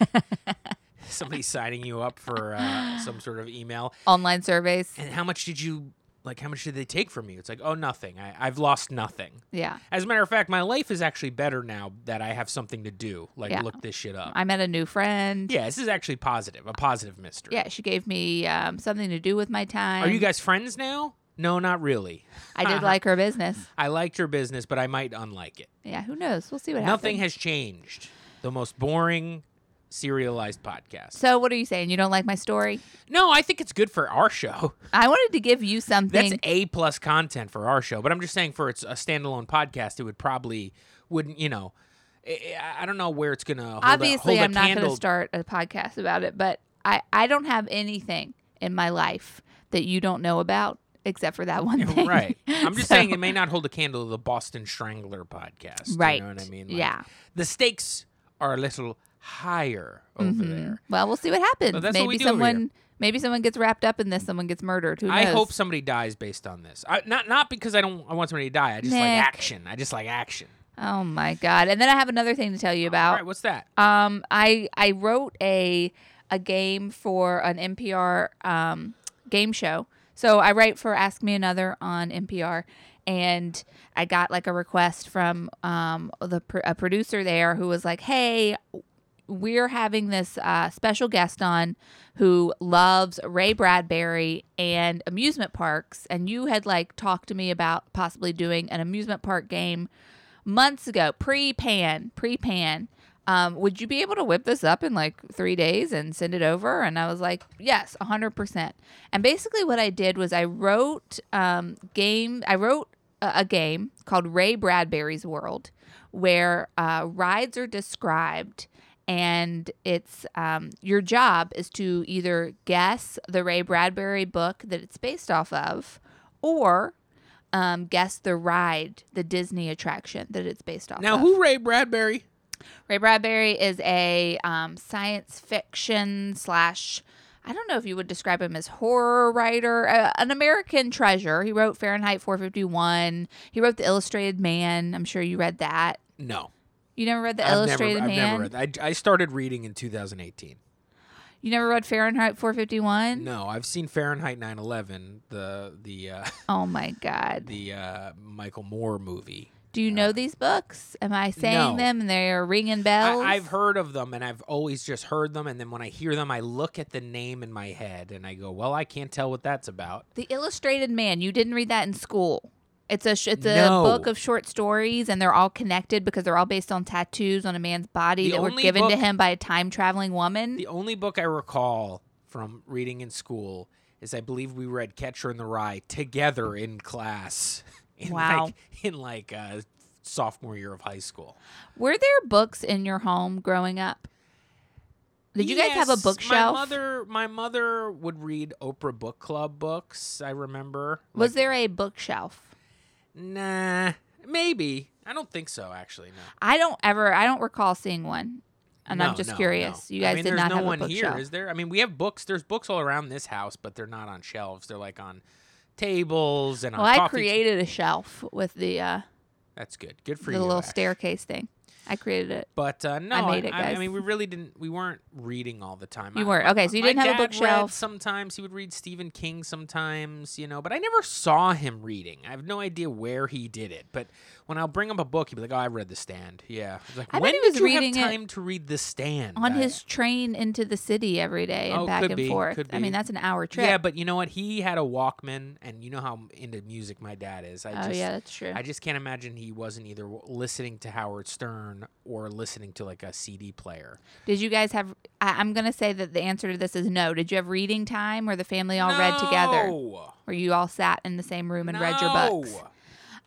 [SPEAKER 1] Somebody signing you up for uh, some sort of email.
[SPEAKER 2] Online surveys.
[SPEAKER 1] and how much did you like how much did they take from you it's like oh nothing I, i've lost nothing
[SPEAKER 2] Yeah.
[SPEAKER 1] as a matter of fact my life is actually better now that i have something to do like
[SPEAKER 2] Yeah.
[SPEAKER 1] look this shit up
[SPEAKER 2] I met a new friend.
[SPEAKER 1] yeah this is actually positive a positive mystery
[SPEAKER 2] Yeah, she gave me um, something to do with my time.
[SPEAKER 1] are you guys friends now no not really
[SPEAKER 2] I did like her business.
[SPEAKER 1] i liked your business but i might unlike it
[SPEAKER 2] Yeah, who knows? We'll see what
[SPEAKER 1] nothing
[SPEAKER 2] happens.
[SPEAKER 1] has changed the most boring serialized podcast
[SPEAKER 2] so, what are you saying? You don't like my story?
[SPEAKER 1] no i think it's good for our show <laughs>
[SPEAKER 2] I wanted to give you something.
[SPEAKER 1] That's A plus content for our show, but I'm just saying for it's a standalone podcast, it would probably wouldn't you know. I- I I don't know where it's gonna hold
[SPEAKER 2] Obviously,
[SPEAKER 1] A, hold a
[SPEAKER 2] I'm not going
[SPEAKER 1] candle- <laughs>
[SPEAKER 2] to start a podcast about it, but I, I don't have anything in my life that you don't know about except for that one
[SPEAKER 1] <laughs>
[SPEAKER 2] thing.
[SPEAKER 1] right. I'm just
[SPEAKER 2] <laughs> So-
[SPEAKER 1] saying it may not hold a candle to the Boston Strangler podcast.
[SPEAKER 2] Right.
[SPEAKER 1] You know what I mean? Like,
[SPEAKER 2] yeah.
[SPEAKER 1] The stakes are a little higher over there.
[SPEAKER 2] Mm-hmm. Well, we'll see what happens.
[SPEAKER 1] But that's what
[SPEAKER 2] maybe
[SPEAKER 1] we do over here.
[SPEAKER 2] someone maybe someone gets wrapped up in this, someone gets murdered. Who knows?
[SPEAKER 1] I hope somebody dies based on this. I, not not because I don't I want somebody to die. I just
[SPEAKER 2] Nick.
[SPEAKER 1] like action. I just like action.
[SPEAKER 2] Oh my god! And then I have another thing to tell you
[SPEAKER 1] All
[SPEAKER 2] about.
[SPEAKER 1] right, what's that?
[SPEAKER 2] Um, I I wrote a a game for an NPR um, game show. So I write for Ask Me Another on NPR, and I got like a request from um, the pr- a producer there who was like, "Hey, we're having this uh, special guest on who loves Ray Bradbury and amusement parks, and you had like talked to me about possibly doing an amusement park game months ago, pre-pan, pre-pan. Um, would you be able to whip this up in like three days and send it over? And I was like, yes, 100%. And basically, what I did was I wrote um, game. I wrote a, a game called Ray Bradbury's World, where uh, rides are described, and it's um, your job is to either guess the Ray Bradbury book that it's based off of, or um, guess the ride, the Disney attraction that it's based off.
[SPEAKER 1] Now,
[SPEAKER 2] of.
[SPEAKER 1] who Ray Bradbury?
[SPEAKER 2] Ray Bradbury is a um, science fiction slash. I don't know if you would describe him as horror writer, uh, an American treasure. He wrote Fahrenheit 451. He wrote The Illustrated Man. I'm sure you read that.
[SPEAKER 1] No,
[SPEAKER 2] You never read The
[SPEAKER 1] I've never,
[SPEAKER 2] Illustrated
[SPEAKER 1] I've
[SPEAKER 2] Man.
[SPEAKER 1] never read. That. I, I started reading in 2018.
[SPEAKER 2] You never read Fahrenheit 451.
[SPEAKER 1] No, I've seen Fahrenheit 9/11, the the uh, <laughs>
[SPEAKER 2] Oh my God!
[SPEAKER 1] the uh, Michael Moore movie.
[SPEAKER 2] Do you know these books? Am I saying
[SPEAKER 1] No.
[SPEAKER 2] them and they're ringing bells?
[SPEAKER 1] I, I've heard of them, and I've always just heard them. And then when I hear them, I look at the name in my head, and I go, "Well, I can't tell what that's about."
[SPEAKER 2] The Illustrated Man. You didn't read that in school. It's a sh- it's a
[SPEAKER 1] No.
[SPEAKER 2] book of short stories, and they're all connected because they're all based on tattoos on a man's body
[SPEAKER 1] The
[SPEAKER 2] that were
[SPEAKER 1] only
[SPEAKER 2] given to
[SPEAKER 1] book-
[SPEAKER 2] him by a time traveling woman.
[SPEAKER 1] The only book I recall from reading in school is I believe we read Catcher in the Rye together in class. <laughs> In
[SPEAKER 2] Wow.
[SPEAKER 1] Like, in like uh, sophomore year of high school.
[SPEAKER 2] were there books in your home growing up? Did you guys have a
[SPEAKER 1] Yes,
[SPEAKER 2] bookshelf?
[SPEAKER 1] My mother, my mother would read Oprah Book Club books. I remember.
[SPEAKER 2] Was
[SPEAKER 1] Like,
[SPEAKER 2] there a bookshelf?
[SPEAKER 1] Nah, maybe. I don't think so. Actually, no.
[SPEAKER 2] I don't ever. I don't recall seeing one, and
[SPEAKER 1] No,
[SPEAKER 2] I'm just
[SPEAKER 1] no,
[SPEAKER 2] curious.
[SPEAKER 1] no.
[SPEAKER 2] You guys
[SPEAKER 1] I mean,
[SPEAKER 2] did
[SPEAKER 1] there's
[SPEAKER 2] not
[SPEAKER 1] no
[SPEAKER 2] have
[SPEAKER 1] one
[SPEAKER 2] a bookshelf.
[SPEAKER 1] here, is there? I mean, we have books. There's books all around this house, but they're not on shelves. They're like on tables and
[SPEAKER 2] well,
[SPEAKER 1] on
[SPEAKER 2] I
[SPEAKER 1] coffee.
[SPEAKER 2] created a shelf with the uh,
[SPEAKER 1] That's good. Good for
[SPEAKER 2] the
[SPEAKER 1] you.
[SPEAKER 2] little
[SPEAKER 1] Ash.
[SPEAKER 2] staircase thing. I created it.
[SPEAKER 1] But uh, no,
[SPEAKER 2] made it,
[SPEAKER 1] I,
[SPEAKER 2] guys.
[SPEAKER 1] mean, we really didn't. We weren't reading all the time.
[SPEAKER 2] You
[SPEAKER 1] I-
[SPEAKER 2] weren't.
[SPEAKER 1] my-
[SPEAKER 2] Okay, so you
[SPEAKER 1] my
[SPEAKER 2] didn't have a
[SPEAKER 1] dad read
[SPEAKER 2] bookshelf.
[SPEAKER 1] Sometimes he would read Stephen King. Sometimes, you know, but I never saw him reading. I have no idea where he did it. But when I'll bring him a book, he'd be like, "Oh, I read The Stand." Yeah. I was like,
[SPEAKER 2] I bet
[SPEAKER 1] when
[SPEAKER 2] he was
[SPEAKER 1] did you
[SPEAKER 2] reading it
[SPEAKER 1] have time to read The Stand?
[SPEAKER 2] on
[SPEAKER 1] I-
[SPEAKER 2] his train into the city every day and
[SPEAKER 1] Oh,
[SPEAKER 2] back
[SPEAKER 1] could
[SPEAKER 2] and
[SPEAKER 1] be,
[SPEAKER 2] forth.
[SPEAKER 1] could
[SPEAKER 2] I mean,
[SPEAKER 1] be.
[SPEAKER 2] that's an hour trip.
[SPEAKER 1] Yeah, but you know what? He had a Walkman, and you know how into music my dad is. I
[SPEAKER 2] oh,
[SPEAKER 1] just,
[SPEAKER 2] yeah, that's true.
[SPEAKER 1] I just can't imagine he wasn't either w- listening to Howard Stern or listening to like a CD player.
[SPEAKER 2] Did you guys have? I, I'm gonna say that the answer to this is no. Did you have reading time where the family all read together,
[SPEAKER 1] No!
[SPEAKER 2] where you all sat in the same room and read your
[SPEAKER 1] No!
[SPEAKER 2] books?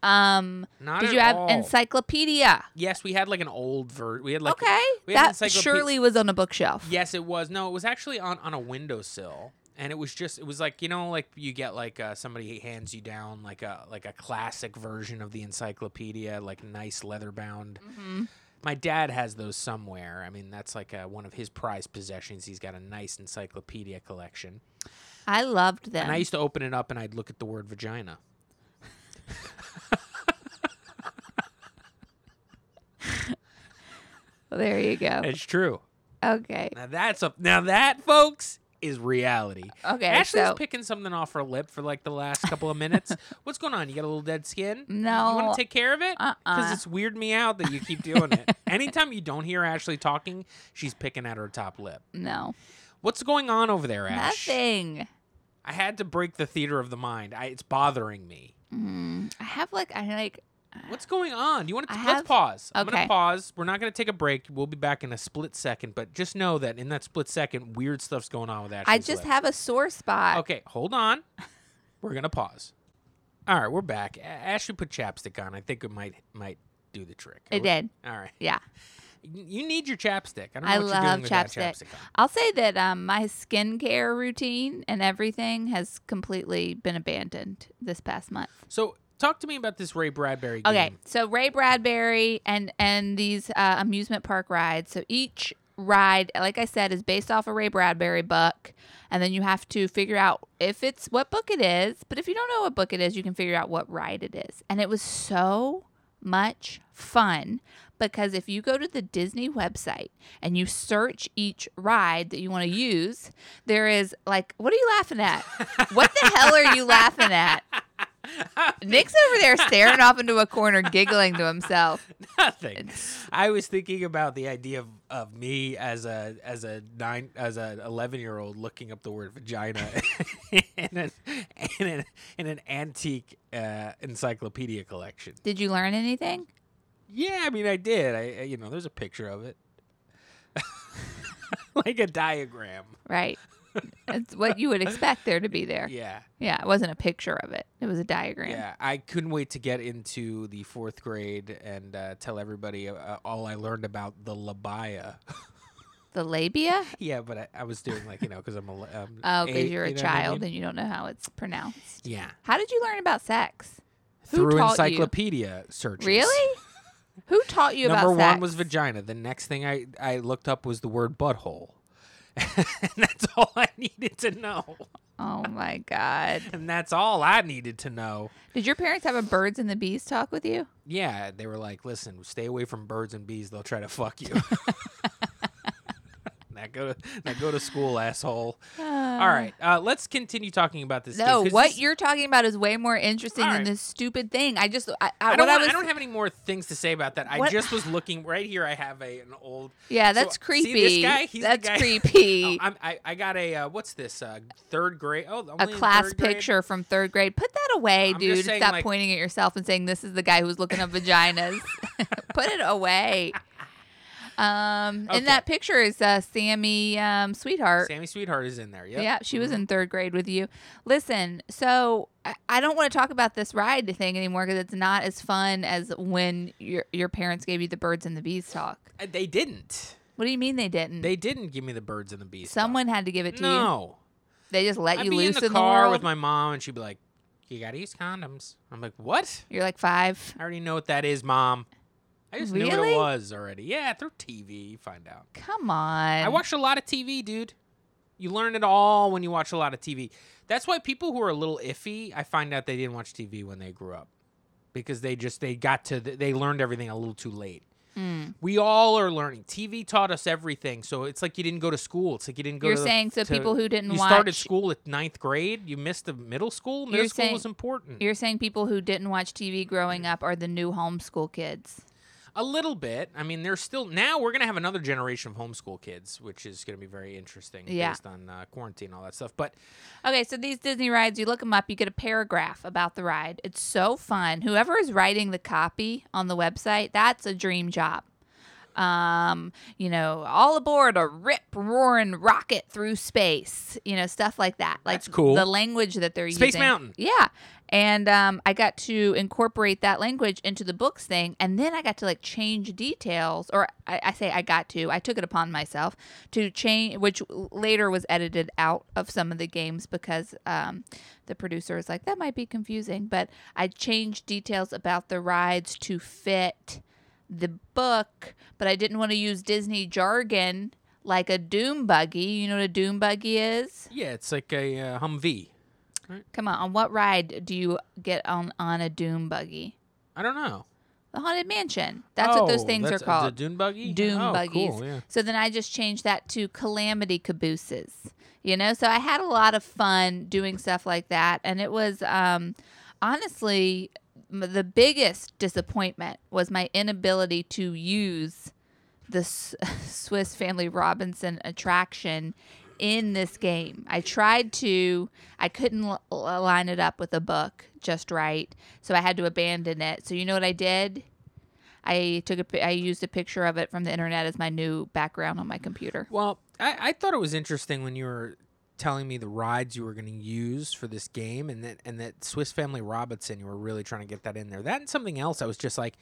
[SPEAKER 2] Um,
[SPEAKER 1] Not
[SPEAKER 2] did
[SPEAKER 1] at
[SPEAKER 2] you have
[SPEAKER 1] all.
[SPEAKER 2] encyclopedia?
[SPEAKER 1] Yes, we had like an old version. We had like
[SPEAKER 2] okay,
[SPEAKER 1] we had an
[SPEAKER 2] that
[SPEAKER 1] encyclope-
[SPEAKER 2] surely was on a bookshelf.
[SPEAKER 1] Yes, it was. No, it was actually on on a windowsill, and it was just it was like you know like you get like uh, somebody hands you down like a like a classic version of the encyclopedia, like nice leather bound.
[SPEAKER 2] Mhm.
[SPEAKER 1] My dad has those somewhere. I mean, that's like uh one of his prized possessions. He's got a nice encyclopedia collection,
[SPEAKER 2] I loved them.
[SPEAKER 1] and I used to open it up and I'd look at the word vagina.
[SPEAKER 2] there you go.
[SPEAKER 1] It's true.
[SPEAKER 2] Okay,
[SPEAKER 1] Now that's a now that folks is reality.
[SPEAKER 2] okay.
[SPEAKER 1] Ashley's
[SPEAKER 2] so
[SPEAKER 1] picking something off her lip for like the last couple of
[SPEAKER 2] <laughs>
[SPEAKER 1] minutes. What's going on? You got a little dead skin? You
[SPEAKER 2] No.
[SPEAKER 1] want to take care of it?
[SPEAKER 2] Uh-uh.
[SPEAKER 1] it's weird me out that you keep doing
[SPEAKER 2] <laughs>
[SPEAKER 1] it. Anytime you don't hear Ashley talking, she's picking at her top lip.
[SPEAKER 2] uh-uh. no,
[SPEAKER 1] What's going on over there, Ash?
[SPEAKER 2] nothing.
[SPEAKER 1] I had to break the theater of the mind. I, it's bothering me.
[SPEAKER 2] Mm, I have like I like
[SPEAKER 1] What's going on? You want to
[SPEAKER 2] I
[SPEAKER 1] let's
[SPEAKER 2] have-
[SPEAKER 1] pause. I'm
[SPEAKER 2] okay.
[SPEAKER 1] gonna pause. We're not gonna take a break. We'll be back in a split second. But just know that in that split second, weird stuff's going on with Ashley's
[SPEAKER 2] I just
[SPEAKER 1] lip.
[SPEAKER 2] have a sore spot.
[SPEAKER 1] Okay, hold on. We're gonna pause. All right, we're back. A- Ashley put chapstick on. I think it might might do the trick.
[SPEAKER 2] It did.
[SPEAKER 1] All right.
[SPEAKER 2] Yeah.
[SPEAKER 1] Y- You need your chapstick. I don't know
[SPEAKER 2] I
[SPEAKER 1] what you're
[SPEAKER 2] love
[SPEAKER 1] doing with that
[SPEAKER 2] chapstick.
[SPEAKER 1] chapstick on.
[SPEAKER 2] I'll say that um, my skincare routine and everything has completely been abandoned this past month.
[SPEAKER 1] So talk to me about this Ray Bradbury game. <laughs>
[SPEAKER 2] Okay, so Ray Bradbury and and these uh, amusement park rides. So each ride, like I said, is based off a Ray Bradbury book, and then you have to figure out if it's what book it is. But if you don't know what book it is, you can figure out what ride it is. And it was so much fun because if you go to the Disney website and you search each ride that you want to use, there is like, what are you laughing at? what the hell are you laughing at? Nick's over there staring off into
[SPEAKER 1] <laughs>
[SPEAKER 2] a corner, giggling to himself.
[SPEAKER 1] Nothing. I was thinking about the idea of, of me as a as a nine as a eleven year old looking up the word vagina <laughs> in an in an, in an antique uh, encyclopedia collection.
[SPEAKER 2] Did you learn anything?
[SPEAKER 1] Yeah, I mean, I did. I I- you know, there's a picture of it, <laughs> like a diagram.
[SPEAKER 2] Right. It's what you would expect there to be there.
[SPEAKER 1] Yeah,
[SPEAKER 2] Yeah, it wasn't a picture of it. It was a diagram.
[SPEAKER 1] yeah. I couldn't wait to get into the fourth grade and uh, tell everybody uh, all I learned about the labia.
[SPEAKER 2] The labia?
[SPEAKER 1] <laughs> Yeah, but I, I was doing like you know because I'm a li- um,
[SPEAKER 2] Oh, because
[SPEAKER 1] eight,
[SPEAKER 2] you're a
[SPEAKER 1] you know what I
[SPEAKER 2] child
[SPEAKER 1] mean?
[SPEAKER 2] and you don't know how it's pronounced.
[SPEAKER 1] Yeah,
[SPEAKER 2] How did you learn about sex? Who
[SPEAKER 1] through
[SPEAKER 2] taught
[SPEAKER 1] encyclopedia searches.
[SPEAKER 2] Really? Who taught you
[SPEAKER 1] Number
[SPEAKER 2] about
[SPEAKER 1] one
[SPEAKER 2] sex?
[SPEAKER 1] was vagina. The next thing I I looked up was the word butthole, <laughs> and that's all I needed to know.
[SPEAKER 2] Oh my god!
[SPEAKER 1] And that's all I needed to know.
[SPEAKER 2] Did your parents have a birds and the bees talk with you?
[SPEAKER 1] Yeah, they were like, "Listen, stay away from birds and bees. They'll try to fuck
[SPEAKER 2] <laughs>
[SPEAKER 1] you." now go to now go to school, asshole. all right, uh, let's continue talking about this.
[SPEAKER 2] No,
[SPEAKER 1] game, 'cause
[SPEAKER 2] what
[SPEAKER 1] this-
[SPEAKER 2] you're talking about is way more interesting
[SPEAKER 1] All
[SPEAKER 2] than
[SPEAKER 1] right.
[SPEAKER 2] this stupid thing. I just, I, I,
[SPEAKER 1] I
[SPEAKER 2] what
[SPEAKER 1] don't, want,
[SPEAKER 2] I was,
[SPEAKER 1] I don't have any more things to say about that. I
[SPEAKER 2] What-
[SPEAKER 1] just was looking right here. I have a an old.
[SPEAKER 2] yeah,
[SPEAKER 1] So,
[SPEAKER 2] that's
[SPEAKER 1] see
[SPEAKER 2] creepy.
[SPEAKER 1] this guy? He's the
[SPEAKER 2] that's
[SPEAKER 1] guy- <laughs> Oh,
[SPEAKER 2] creepy.
[SPEAKER 1] I'm, I I got a uh, what's this? Uh, third grade. Oh, only
[SPEAKER 2] a
[SPEAKER 1] in
[SPEAKER 2] class
[SPEAKER 1] third grade?
[SPEAKER 2] picture from third grade. Put that away,
[SPEAKER 1] I'm just
[SPEAKER 2] dude.
[SPEAKER 1] saying,
[SPEAKER 2] Stop
[SPEAKER 1] like-
[SPEAKER 2] pointing at yourself and saying this is the guy who was looking up vaginas. <laughs> Put it
[SPEAKER 1] <laughs>
[SPEAKER 2] away. Um,
[SPEAKER 1] Okay.
[SPEAKER 2] and that picture is uh, Sammy um, Sweetheart.
[SPEAKER 1] Sammy Sweetheart is in there. Yep. Mm-hmm.
[SPEAKER 2] Yeah, she was in third grade with you. Listen, so I, I don't want to talk about this ride thing anymore because it's not as fun as when your your parents gave you the birds and the bees talk.
[SPEAKER 1] Uh, They didn't.
[SPEAKER 2] What do you mean they didn't?
[SPEAKER 1] They didn't give me the birds and the bees. stuff.
[SPEAKER 2] Someone had to give it to you.
[SPEAKER 1] No.
[SPEAKER 2] They just let
[SPEAKER 1] I'd
[SPEAKER 2] you
[SPEAKER 1] be
[SPEAKER 2] loose
[SPEAKER 1] in the
[SPEAKER 2] the
[SPEAKER 1] car
[SPEAKER 2] world.
[SPEAKER 1] with my mom, and she'd be like, "You gotta use condoms." I'm like, "What?
[SPEAKER 2] You're like five.
[SPEAKER 1] I already know what that is, mom. I just knew what
[SPEAKER 2] Really?
[SPEAKER 1] it was already. Yeah, through TV, you find out.
[SPEAKER 2] Come on.
[SPEAKER 1] I watched a lot of TV, dude. You learn it all when you watch a lot of TV. That's why people who are a little iffy, I find out they didn't watch TV when they grew up because they just they got to the, they learned everything a little too late.
[SPEAKER 2] Mm.
[SPEAKER 1] We all are learning. TV taught us everything, so it's like you didn't go to school. It's like you didn't go.
[SPEAKER 2] You're
[SPEAKER 1] to the-
[SPEAKER 2] saying so
[SPEAKER 1] to-
[SPEAKER 2] people who didn't
[SPEAKER 1] you
[SPEAKER 2] watch
[SPEAKER 1] started school at ninth grade. You missed the middle school. Middle
[SPEAKER 2] You're
[SPEAKER 1] school
[SPEAKER 2] saying-
[SPEAKER 1] was important.
[SPEAKER 2] You're saying people who didn't watch TV growing up are the new homeschool kids.
[SPEAKER 1] A little bit. I mean, there's still now we're gonna have another generation of homeschool kids, which is gonna be very interesting
[SPEAKER 2] Yeah.
[SPEAKER 1] based on uh, quarantine and all that stuff. But
[SPEAKER 2] Okay, so these Disney rides, you look them up, you get a paragraph about the ride. It's so fun. Whoever is writing the copy on the website, that's a dream job. Um, you know, all aboard a rip roaring rocket through space, you know, stuff like that. Like
[SPEAKER 1] That's cool.
[SPEAKER 2] the language that they're
[SPEAKER 1] Space
[SPEAKER 2] using.
[SPEAKER 1] Mountain.
[SPEAKER 2] Yeah. And um, I got to incorporate that language into the books thing. And then I got to like change details, or I, I say I got to, I took it upon myself to change, which later was edited out of some of the games because um, the producer was like, that might be confusing. But I changed details about the rides to fit the book, but I didn't want to use Disney jargon like a doom buggy. You know what a doom buggy is?
[SPEAKER 1] yeah, it's like a uh, Humvee.
[SPEAKER 2] Come on, on what ride do you get on on a doom buggy?
[SPEAKER 1] I don't know.
[SPEAKER 2] The haunted mansion. That's what those
[SPEAKER 1] Oh,
[SPEAKER 2] things are
[SPEAKER 1] that's-
[SPEAKER 2] called.
[SPEAKER 1] The dune buggy.
[SPEAKER 2] doom
[SPEAKER 1] oh,
[SPEAKER 2] buggies.
[SPEAKER 1] Cool, yeah.
[SPEAKER 2] So then I just changed that to calamity cabooses. You know, so I had a lot of fun doing stuff like that, and it was um, honestly m- the biggest disappointment was my inability to use the S- <laughs> Swiss Family Robinson attraction in this game. I tried to, I couldn't l- l- line it up with a book just right, so I had to abandon it. So you know what I did? I took a, pi- I used a picture of it from the internet as my new background on my computer.
[SPEAKER 1] Well, I, I thought it was interesting when you were telling me the rides you were going to use for this game, and that and that Swiss Family Robinson. You were really trying to get that in there. That and something else. I was just like,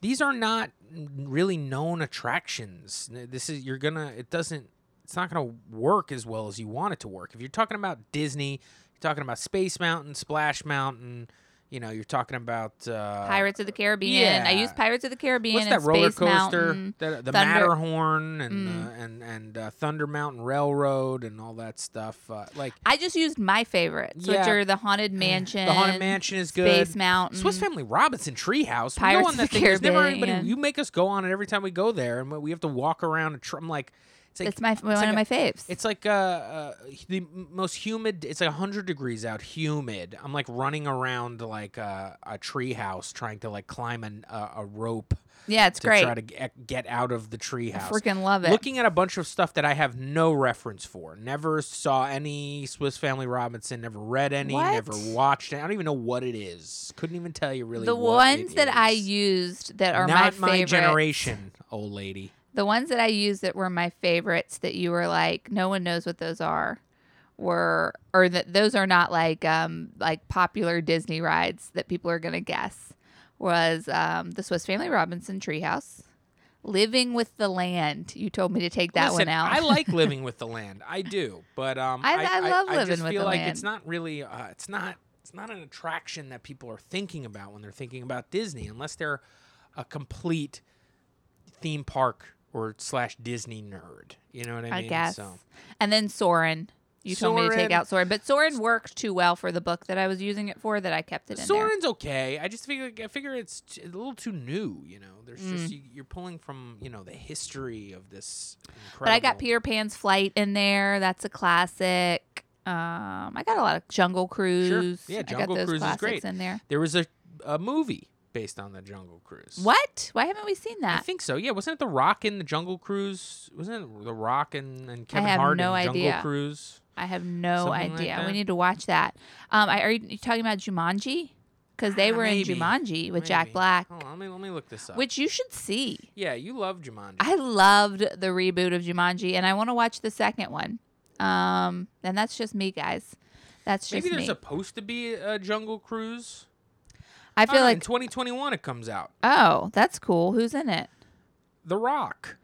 [SPEAKER 1] these are not really known attractions. N- This is you're gonna. It doesn't. It's not gonna work as well as you want it to work. If you're talking about Disney, you're talking about Space Mountain, Splash Mountain. You know, you're talking about uh,
[SPEAKER 2] Pirates of the Caribbean. I
[SPEAKER 1] yeah.
[SPEAKER 2] use Pirates of the Caribbean.
[SPEAKER 1] What's that
[SPEAKER 2] and
[SPEAKER 1] roller
[SPEAKER 2] Space
[SPEAKER 1] coaster?
[SPEAKER 2] Mountain.
[SPEAKER 1] That, uh, the
[SPEAKER 2] Thunder-
[SPEAKER 1] Matterhorn and
[SPEAKER 2] Mm.
[SPEAKER 1] uh, and and uh, Thunder Mountain Railroad and all that stuff. Uh, like
[SPEAKER 2] I just used my favorites, which
[SPEAKER 1] Yeah.
[SPEAKER 2] are the Haunted Mansion.
[SPEAKER 1] the Haunted Mansion is good.
[SPEAKER 2] Space Mountain.
[SPEAKER 1] Swiss Family Robinson Treehouse. we
[SPEAKER 2] Pirates
[SPEAKER 1] go on
[SPEAKER 2] of
[SPEAKER 1] that
[SPEAKER 2] the
[SPEAKER 1] thing. There's never anybody.
[SPEAKER 2] Caribbean.
[SPEAKER 1] You make us go on it every time we go there, and we have to walk around. A tr- I'm like, it's like
[SPEAKER 2] It's my one
[SPEAKER 1] like
[SPEAKER 2] of
[SPEAKER 1] a-
[SPEAKER 2] my faves.
[SPEAKER 1] It's like uh, uh the m- most humid. It's like 100 degrees out, humid. I'm like running around like uh, a treehouse trying to like climb an, uh, a rope
[SPEAKER 2] yeah, it's
[SPEAKER 1] to
[SPEAKER 2] great.
[SPEAKER 1] try to get, get out of the
[SPEAKER 2] I
[SPEAKER 1] treehouse.
[SPEAKER 2] freaking love it.
[SPEAKER 1] Looking at a bunch of stuff that I have no reference for. Never saw any Swiss Family Robinson, never read any, never
[SPEAKER 2] What?
[SPEAKER 1] watched it. I don't even know what it is. Couldn't even tell you really
[SPEAKER 2] the
[SPEAKER 1] what it
[SPEAKER 2] ones that I
[SPEAKER 1] is.
[SPEAKER 2] used that are
[SPEAKER 1] Not
[SPEAKER 2] my
[SPEAKER 1] my,
[SPEAKER 2] favorite.
[SPEAKER 1] generation, old lady.
[SPEAKER 2] The ones that I used that were my favorites that you were like, no one knows what those are, were or that those are not like um like popular Disney rides that people are gonna guess was um the Swiss Family Robinson Treehouse, Living with the Land. You told me to take that
[SPEAKER 1] Listen,
[SPEAKER 2] one out.
[SPEAKER 1] I like living with the land. I do, but um,
[SPEAKER 2] I- I love living
[SPEAKER 1] just
[SPEAKER 2] with
[SPEAKER 1] feel
[SPEAKER 2] the
[SPEAKER 1] like
[SPEAKER 2] land.
[SPEAKER 1] it's not really. Uh, it's not. It's not an attraction that people are thinking about when they're thinking about Disney, unless they're a complete theme park or slash Disney nerd. You know what I mean?
[SPEAKER 2] <laughs> I guess.
[SPEAKER 1] So,
[SPEAKER 2] And then Soren. You told me to
[SPEAKER 1] Soarin'.
[SPEAKER 2] take out Soren, but Soren worked too well for the book that I was using it for that I kept it in there.
[SPEAKER 1] Soren's okay. I just figure. I figure it's t- a little too new. You know, there's
[SPEAKER 2] Mm.
[SPEAKER 1] just you, you're pulling from you know the history of this. Incredible
[SPEAKER 2] But I got Peter Pan's Flight in there. That's a classic. Um, I got a lot of Jungle Cruise.
[SPEAKER 1] Yeah,
[SPEAKER 2] I got
[SPEAKER 1] Jungle
[SPEAKER 2] those
[SPEAKER 1] Cruise is
[SPEAKER 2] classics
[SPEAKER 1] great.
[SPEAKER 2] in there.
[SPEAKER 1] There was a a movie based on the Jungle Cruise.
[SPEAKER 2] What? Why haven't we seen
[SPEAKER 1] I
[SPEAKER 2] that?
[SPEAKER 1] think so. Yeah, wasn't it The Rock in the Jungle Cruise? Wasn't it The Rock and, and Kevin
[SPEAKER 2] have
[SPEAKER 1] Hart
[SPEAKER 2] no
[SPEAKER 1] in
[SPEAKER 2] idea.
[SPEAKER 1] Jungle Cruise?
[SPEAKER 2] I have no
[SPEAKER 1] Something like
[SPEAKER 2] idea.
[SPEAKER 1] that.
[SPEAKER 2] we need to watch that. Um, I, are you you talking about Jumanji? Because they
[SPEAKER 1] Ah,
[SPEAKER 2] were
[SPEAKER 1] maybe.
[SPEAKER 2] in Jumanji with Jack
[SPEAKER 1] Maybe. Oh,
[SPEAKER 2] Black,
[SPEAKER 1] Hold on, let me let me look this up.
[SPEAKER 2] which you should see.
[SPEAKER 1] yeah, you love Jumanji.
[SPEAKER 2] I loved the reboot of Jumanji, and I want to watch the second one. Um, and that's just me, guys. That's just
[SPEAKER 1] Maybe there's
[SPEAKER 2] me.
[SPEAKER 1] supposed to be a Jungle Cruise.
[SPEAKER 2] I
[SPEAKER 1] I
[SPEAKER 2] feel
[SPEAKER 1] in
[SPEAKER 2] like
[SPEAKER 1] 2021 it comes out.
[SPEAKER 2] oh, that's cool. Who's in it?
[SPEAKER 1] The Rock.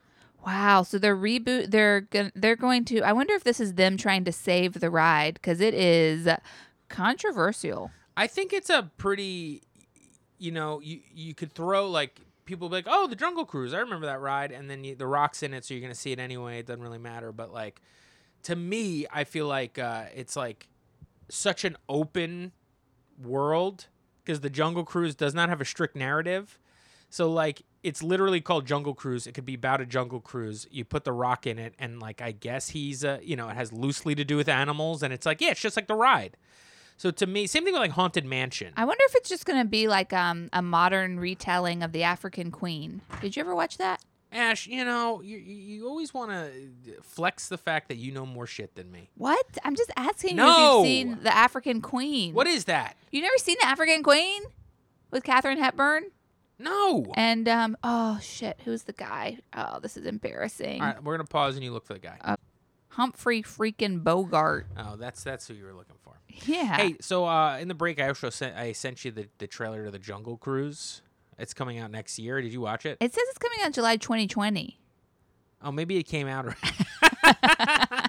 [SPEAKER 2] Wow. So they're reboot. They're gonna. They're going to. I wonder if this is them trying to save the ride because it is controversial.
[SPEAKER 1] I think it's a pretty, you know, you you could throw like people be like, oh, the Jungle Cruise, I remember that ride, and then you, the rocks in it, so you're gonna see it anyway. It doesn't really matter, but like, to me, I feel like uh, it's like such an open world because the Jungle Cruise does not have a strict narrative, so like. It's literally called Jungle Cruise. It could be about a jungle cruise. You put the rock in it, and like I guess he's uh, you know it has loosely to do with animals, and it's like yeah, it's just like the ride. So to me, same thing with like Haunted Mansion.
[SPEAKER 2] I wonder if it's just going to be like um, a modern retelling of the African Queen. Did you ever watch that?
[SPEAKER 1] Ash, you know, you, you always want to flex the fact that you know more shit than me.
[SPEAKER 2] What? I'm just asking
[SPEAKER 1] No.
[SPEAKER 2] you if you've seen the African Queen.
[SPEAKER 1] What is that?
[SPEAKER 2] You never seen the African Queen with Katharine Hepburn
[SPEAKER 1] No.
[SPEAKER 2] and um oh shit who's the guy oh this is embarrassing
[SPEAKER 1] All right, we're gonna pause and you look for the guy.
[SPEAKER 2] Uh. Humphrey freaking Bogart
[SPEAKER 1] Oh, that's that's who you were looking for.
[SPEAKER 2] yeah
[SPEAKER 1] Hey, so uh, in the break, I also sent I sent you the, the trailer to the Jungle Cruise. It's coming out next year. Did you watch it?
[SPEAKER 2] it says it's coming out July 2020
[SPEAKER 1] Oh, maybe it came
[SPEAKER 2] <laughs>
[SPEAKER 1] out. <laughs> already.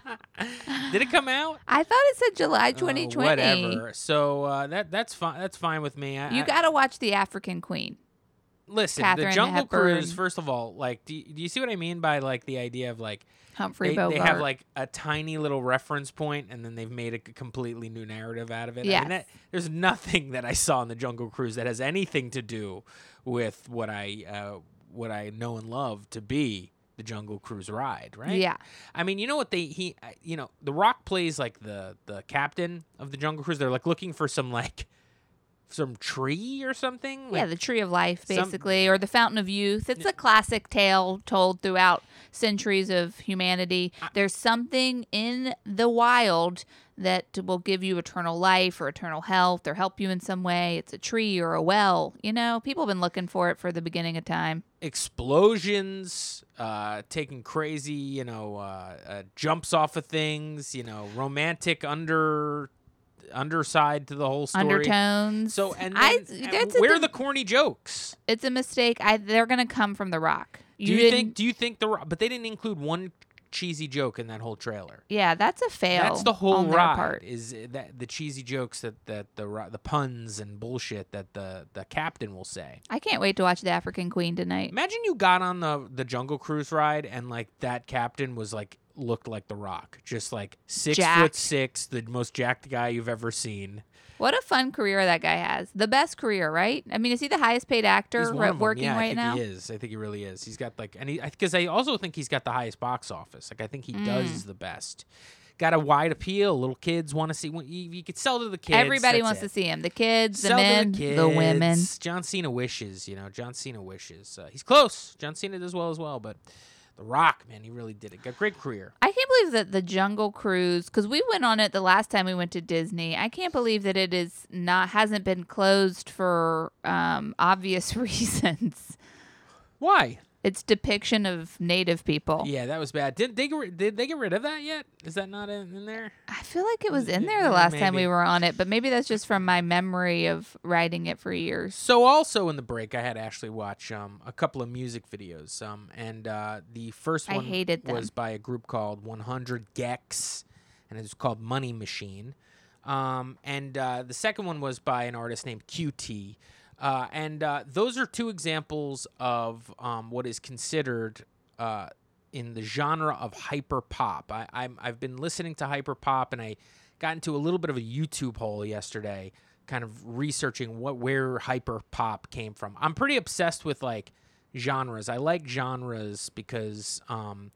[SPEAKER 1] Did it come out?
[SPEAKER 2] I thought it said July
[SPEAKER 1] Uh,
[SPEAKER 2] 2020
[SPEAKER 1] whatever. Uh, So uh, that that's fine. That's fine with me. I,
[SPEAKER 2] you
[SPEAKER 1] I-
[SPEAKER 2] gotta watch the African Queen
[SPEAKER 1] listen
[SPEAKER 2] Katharine
[SPEAKER 1] the jungle cruise
[SPEAKER 2] Hepburn.
[SPEAKER 1] first of all like do you, do you see what i mean by like the idea of like
[SPEAKER 2] Humphrey
[SPEAKER 1] they, they
[SPEAKER 2] Bogart
[SPEAKER 1] have like a tiny little reference point and then they've made a c- completely new narrative out of it I mean,
[SPEAKER 2] Yes.
[SPEAKER 1] that, there's nothing that i saw in the jungle cruise that has anything to do with what i uh, what i know and love to be the jungle cruise ride right
[SPEAKER 2] yeah
[SPEAKER 1] I mean, you know what they he I- you know The Rock plays like the the captain of the Jungle Cruise. They're like looking for some like some tree or something.
[SPEAKER 2] yeah
[SPEAKER 1] Like,
[SPEAKER 2] the Tree of Life
[SPEAKER 1] some-
[SPEAKER 2] basically or the Fountain of Youth it's a classic tale told throughout centuries of humanity there's something in the wild that will give you eternal life or eternal health or help you in some way it's a tree or a well you know people have been looking for it for the beginning of time
[SPEAKER 1] explosions, uh, taking crazy you know uh, uh, jumps off of things. You know, romantic under underside to the whole story.
[SPEAKER 2] undertones
[SPEAKER 1] So and
[SPEAKER 2] I-
[SPEAKER 1] then, and
[SPEAKER 2] that's a
[SPEAKER 1] where are
[SPEAKER 2] dis-
[SPEAKER 1] the corny jokes?
[SPEAKER 2] it's a mistake I they're gonna come from the rock
[SPEAKER 1] Do you,
[SPEAKER 2] didn't-
[SPEAKER 1] think? Do you think the Rock? But they didn't include one cheesy joke in that whole trailer.
[SPEAKER 2] Yeah, that's a fail.
[SPEAKER 1] That's the whole
[SPEAKER 2] on their
[SPEAKER 1] ride.
[SPEAKER 2] part.
[SPEAKER 1] Is eh, that the cheesy jokes that that the ri- the puns and bullshit that the the captain will say?
[SPEAKER 2] I can't wait to watch the African Queen tonight.
[SPEAKER 1] Imagine you got on the the Jungle Cruise ride and like that captain was like looked like the Rock, just like six foot
[SPEAKER 2] Jacked.
[SPEAKER 1] six, the most jacked guy you've ever seen.
[SPEAKER 2] What a fun career that guy has. The best career, right? I mean, is he the highest paid actor
[SPEAKER 1] He's
[SPEAKER 2] ri-
[SPEAKER 1] one of 'em.
[SPEAKER 2] working
[SPEAKER 1] yeah, I
[SPEAKER 2] right
[SPEAKER 1] think
[SPEAKER 2] now?
[SPEAKER 1] He is. I think he really is. He's got like, and he because I also think he's got the highest box office. Like I think he
[SPEAKER 2] Mm.
[SPEAKER 1] does the best. Got a wide appeal. Little kids want to see. You, you could sell to the kids.
[SPEAKER 2] Everybody
[SPEAKER 1] that's
[SPEAKER 2] wants
[SPEAKER 1] it.
[SPEAKER 2] to see him. The kids, the
[SPEAKER 1] Sell to
[SPEAKER 2] men,
[SPEAKER 1] the,
[SPEAKER 2] the women.
[SPEAKER 1] kids. John Cena wishes. You know, John Cena wishes. Uh, he's close. John Cena does well as well, but The Rock, man, he really did it. Got a great career.
[SPEAKER 2] I can't believe that the Jungle Cruise, because we went on it the last time we went to Disney. I can't believe that it is not hasn't been closed for um, obvious <laughs> reasons.
[SPEAKER 1] Why?
[SPEAKER 2] Its depiction of Native people.
[SPEAKER 1] Yeah, that was bad. Did they get ri- did they get rid of that yet? Is that not in, in there?
[SPEAKER 2] I feel like it was in
[SPEAKER 1] Yeah,
[SPEAKER 2] there the last time
[SPEAKER 1] maybe.
[SPEAKER 2] we were on it, but maybe that's just from my memory of riding it for years.
[SPEAKER 1] So also in the break, I had Ashley watch um, a couple of music videos. Um, and uh, the first
[SPEAKER 2] I
[SPEAKER 1] one
[SPEAKER 2] hated them.
[SPEAKER 1] was by a group called 100 Gex, and it was called Money Machine. Um, and uh, the second one was by an artist named QT. Uh, and uh, those are two examples of um, what is considered uh, in the genre of hyper pop. I, I'm, I've been listening to hyper pop, and I got into a little bit of a YouTube hole yesterday, kind of researching what where hyper pop came from. I'm pretty obsessed with like genres. I like genres because um,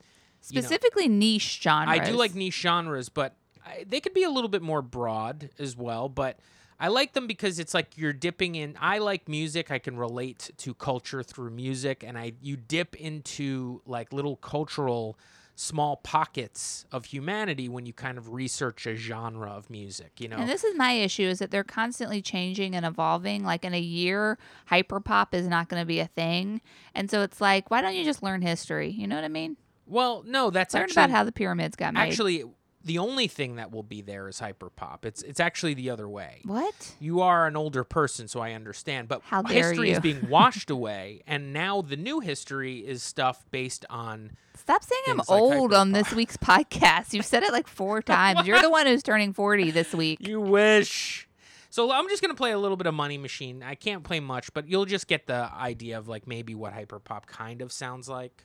[SPEAKER 1] you know,
[SPEAKER 2] Specifically niche genres.
[SPEAKER 1] I do like niche genres, but I, they could be a little bit more broad as well. But I like them because it's like you're dipping in. I like music. I can relate to culture through music, and I you dip into like little cultural small pockets of humanity when you kind of research a genre of music. You know,
[SPEAKER 2] And this is my issue is that they're constantly changing and evolving. Like in a year, hyperpop is not going to be a thing. And so it's like, why don't you just learn history? You know what I mean?
[SPEAKER 1] well, no, that's
[SPEAKER 2] Learn
[SPEAKER 1] actually
[SPEAKER 2] about how the pyramids got made.
[SPEAKER 1] actually the only thing that will be there is hyperpop. It's it's actually the other way.
[SPEAKER 2] what?
[SPEAKER 1] you are an older person, so I understand. But
[SPEAKER 2] How dare
[SPEAKER 1] history is
[SPEAKER 2] you.
[SPEAKER 1] being
[SPEAKER 2] <laughs>
[SPEAKER 1] washed away, and now the new history is stuff based on.
[SPEAKER 2] Stop saying I'm
[SPEAKER 1] Things like
[SPEAKER 2] old on this
[SPEAKER 1] hyperpop.
[SPEAKER 2] week's podcast. You've said it
[SPEAKER 1] <laughs>
[SPEAKER 2] like four times. You're the one who's turning 40 this week.
[SPEAKER 1] You wish. So I'm just gonna play a little bit of Money Machine. I can't play much, but you'll just get the idea of like maybe what hyperpop kind of sounds like.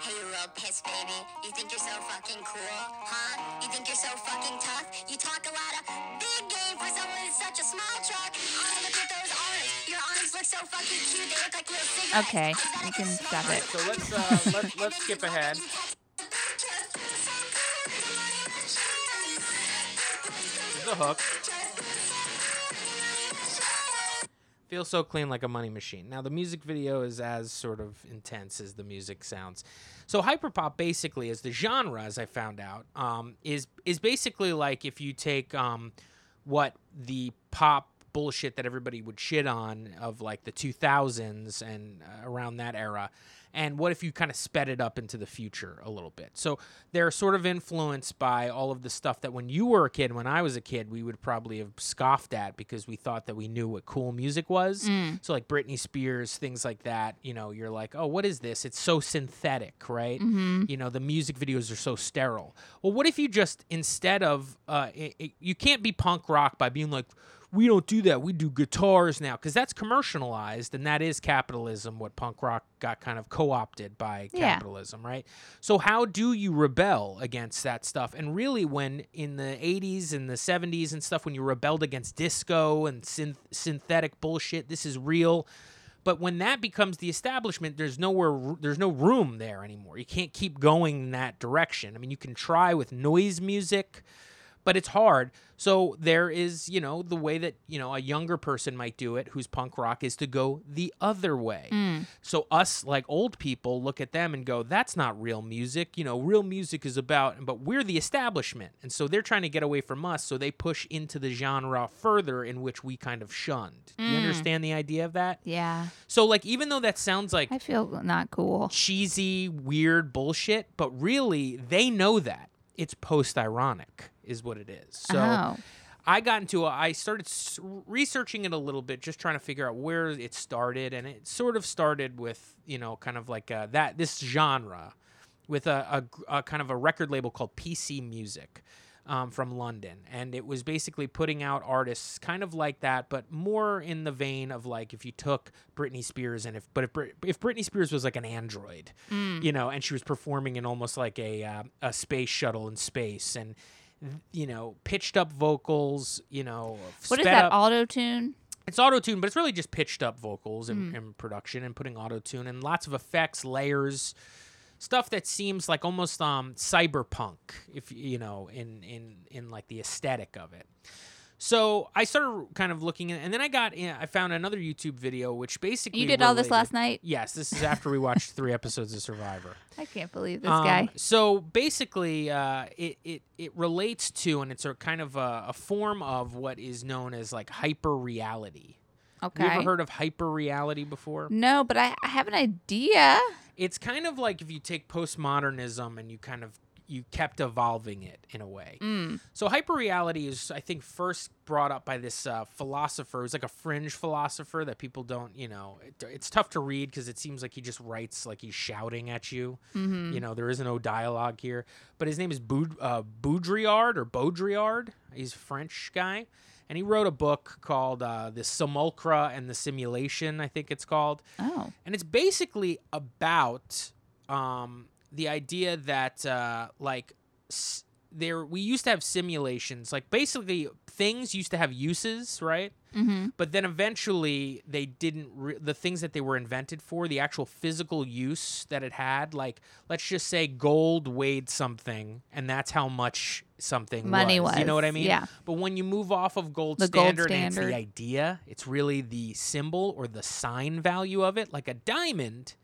[SPEAKER 3] Hey, you little piss baby. You think you're so fucking cool, huh? You think you're so fucking tough? You talk a lot of big game for someone in such a small truck. Oh, look at those arms. Your arms look so fucking cute. They look like little cigarettes.
[SPEAKER 2] Okay,
[SPEAKER 3] Eyes that
[SPEAKER 2] you
[SPEAKER 3] are
[SPEAKER 2] can
[SPEAKER 3] small.
[SPEAKER 2] stop it.
[SPEAKER 1] So let's uh, let,
[SPEAKER 2] <laughs>
[SPEAKER 1] let's skip ahead. This is the hook. Feels so clean like a money machine. Now the music video is as sort of intense as the music sounds. So hyperpop basically is the genre, as I found out, um, is is basically like if you take um, what the pop bullshit that everybody would shit on of like the 2000s and uh, around that era and what if you kind of sped it up into the future a little bit so they're sort of influenced by all of the stuff that when you were a kid when i was a kid we would probably have scoffed at because we thought that we knew what cool music was
[SPEAKER 2] Mm,
[SPEAKER 1] so like britney spears things like that you know you're like oh what is this it's so synthetic right
[SPEAKER 2] mm-hmm.
[SPEAKER 1] you know the music videos are so sterile well what if you just instead of uh, i i you can't be punk rock by being like we don't do that. We do guitars now because that's commercialized and that is capitalism. What punk rock got kind of co opted by
[SPEAKER 2] Yeah.
[SPEAKER 1] capitalism, right? So, how do you rebel against that stuff? And really, when in the 80s and the 70s and stuff, when you rebelled against disco and synth- synthetic bullshit, this is real. But when that becomes the establishment, there's nowhere, there's no room there anymore. You can't keep going in that direction. I mean, you can try with noise music, but it's hard. So there is, you know, the way that, you know, a younger person might do it who's punk rock is to go the other way. So us like old people look at them and go, that's not real music. You know, real music is about but we're the establishment. And so they're trying to get away from us, so they push into the genre further in which we kind of shunned. Do You understand the idea of that?
[SPEAKER 2] Yeah,
[SPEAKER 1] So like even though that sounds like
[SPEAKER 2] I feel not cool.
[SPEAKER 1] cheesy, weird bullshit, but really they know that. It's post ironic, is what it is. So
[SPEAKER 2] Oh.
[SPEAKER 1] I got into a, I started s- researching it a little bit, just trying to figure out where it started. And it sort of started with, you know, kind of like uh, that, this genre with a, a gr- a kind of a record label called PC Music um, from London, and it was basically putting out artists kind of like that, but more in the vein of like if you took Britney Spears and if but if, Brit- if Britney Spears was like an android, you know, and she was performing in almost like a uh, a space shuttle in space and. You know, pitched up vocals. You know,
[SPEAKER 2] What
[SPEAKER 1] sped
[SPEAKER 2] is that?
[SPEAKER 1] up-
[SPEAKER 2] Auto tune?
[SPEAKER 1] it's auto tune, but it's really just pitched up vocals
[SPEAKER 2] Mm.
[SPEAKER 1] and, and production and putting auto tune and lots of effects, layers, stuff that seems like almost um cyberpunk, if you know, in in in like the aesthetic of it. So I started kind of looking at, and then I got, in- I found another YouTube video which basically
[SPEAKER 2] You did all this
[SPEAKER 1] related-
[SPEAKER 2] last night.
[SPEAKER 1] Yes, this is after we watched three episodes of Survivor.
[SPEAKER 2] I can't believe this
[SPEAKER 1] Um,
[SPEAKER 2] guy.
[SPEAKER 1] So basically, uh, it, it it relates to, and it's a kind of a, a form of what is known as like hyper reality.
[SPEAKER 2] Okay.
[SPEAKER 1] You ever heard of hyper reality before?
[SPEAKER 2] no, but I, I have an idea.
[SPEAKER 1] It's kind of like if you take postmodernism and you kind of you kept evolving it in a way.
[SPEAKER 2] Mm.
[SPEAKER 1] So hyper reality is, I think, first brought up by this uh, philosopher. Who's like a fringe philosopher that people don't, you know, it, it's tough to read because it seems like he just writes like he's shouting at you.
[SPEAKER 2] hmm
[SPEAKER 1] You know, there is no dialogue here. But his name is Boud- uh, Baudrillard or Baudrillard. He's a French guy. And he wrote a book called uh, The Simulacra and the Simulation, I think it's called.
[SPEAKER 2] Oh.
[SPEAKER 1] And it's basically about um, the idea that, uh, like, s- there we used to have simulations. Like, basically, things used to have uses, right?
[SPEAKER 2] hmm
[SPEAKER 1] but then eventually they didn't re- the things that they were invented for the actual physical use that it had like let's just say gold weighed something and that's how much something
[SPEAKER 2] Money
[SPEAKER 1] was, you know
[SPEAKER 2] was,
[SPEAKER 1] what i mean
[SPEAKER 2] yeah.
[SPEAKER 1] but when you move off of gold
[SPEAKER 2] The gold
[SPEAKER 1] standard, and it's the
[SPEAKER 2] standard.
[SPEAKER 1] idea it's really the symbol or the sign value of it like a diamond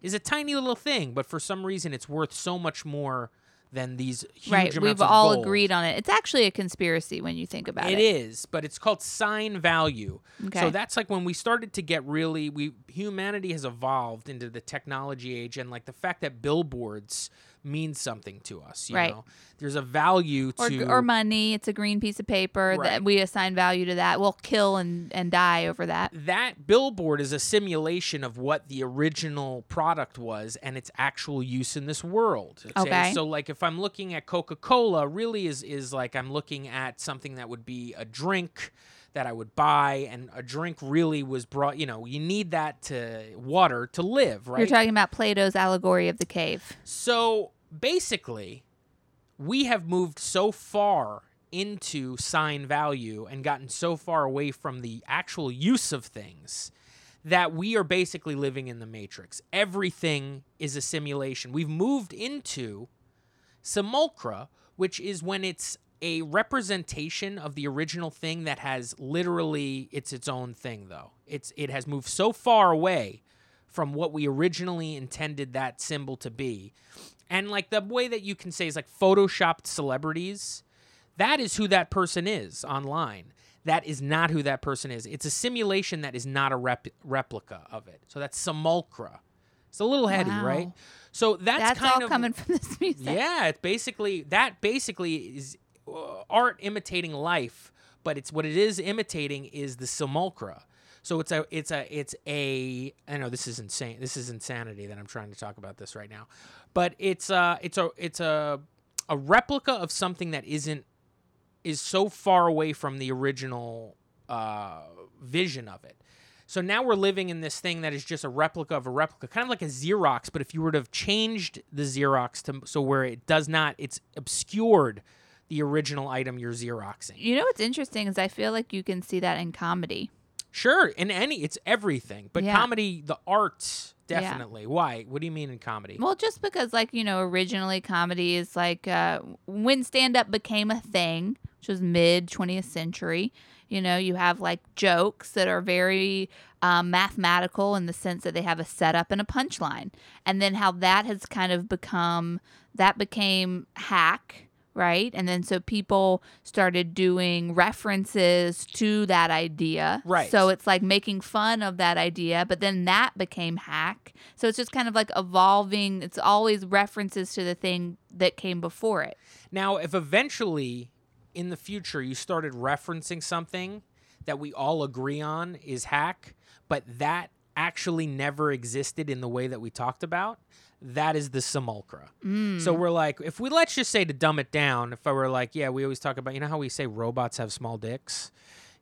[SPEAKER 1] is a tiny little thing but for some reason it's worth so much more than these huge
[SPEAKER 2] Right.
[SPEAKER 1] amounts
[SPEAKER 2] We've
[SPEAKER 1] of
[SPEAKER 2] all
[SPEAKER 1] gold.
[SPEAKER 2] agreed on it. It's actually a conspiracy when you think about it.
[SPEAKER 1] It is, but it's called sign value.
[SPEAKER 2] Okay.
[SPEAKER 1] So that's like when we started to get really we humanity has evolved into the technology age and like the fact that billboards mean something to us, you
[SPEAKER 2] Right.
[SPEAKER 1] know. There's a value
[SPEAKER 2] Or,
[SPEAKER 1] to
[SPEAKER 2] or money. It's a green piece of paper
[SPEAKER 1] Right.
[SPEAKER 2] that we assign value to that. We'll kill and, and die over that.
[SPEAKER 1] that billboard is a simulation of what the original product was and its actual use in this world.
[SPEAKER 2] Okay.
[SPEAKER 1] So like if I'm looking at Coca-Cola, really is is like I'm looking at something that would be a drink that I would buy and a drink really was brought, you know, you need that to water to live, right?
[SPEAKER 2] You're talking about Plato's allegory of the cave.
[SPEAKER 1] So basically, we have moved so far into sign value and gotten so far away from the actual use of things that we are basically living in the matrix. Everything is a simulation. We've moved into simulacra, which is when it's a representation of the original thing that has literally it's its own thing though. It's it has moved so far away from what we originally intended that symbol to be. And like the way that you can say is like photoshopped celebrities, that is who that person is online. That is not who that person is. It's a simulation that is not a rep- replica of it. So that's simulacra. It's a little heady,
[SPEAKER 2] Wow.
[SPEAKER 1] right? So that's,
[SPEAKER 2] That's,
[SPEAKER 1] kind
[SPEAKER 2] all
[SPEAKER 1] of
[SPEAKER 2] coming from this <laughs> music.
[SPEAKER 1] yeah, it's basically that basically is uh, art imitating life, but it's what it is imitating is the simulacra. So it's a it's a it's a I know this is insane. This is insanity that I'm trying to talk about this right now. But it's a it's a it's a a replica of something that isn't is so far away from the original uh, vision of it. So now we're living in this thing that is just a replica of a replica, kind of like a Xerox. But if you were to have changed the Xerox to so where it does not, it's obscured the original item you're Xeroxing.
[SPEAKER 2] You know what's interesting is I feel like you can see that in comedy.
[SPEAKER 1] Sure, in any, it's everything. But
[SPEAKER 2] Yeah.
[SPEAKER 1] comedy, the art,
[SPEAKER 2] Yeah.
[SPEAKER 1] definitely. Why? What do you mean in comedy?
[SPEAKER 2] Well, just because, like, you know, originally comedy is like uh, when stand up became a thing, which was mid 20th century, you know, you have like jokes that are very um, mathematical in the sense that they have a setup and a punchline. And then how that has kind of become that became hack. Right. And then so people started doing references to that idea.
[SPEAKER 1] Right.
[SPEAKER 2] So it's like making fun of that idea, but then that became hack. So it's just kind of like evolving. It's always references to the thing that came before it.
[SPEAKER 1] Now, if eventually in the future you started referencing something that we all agree on is hack, but that actually never existed in the way that we talked about, that is the simulacra. So we're like, if we let's just say to dumb it down, if I were like, yeah, we always talk about, you know how we say robots have small dicks?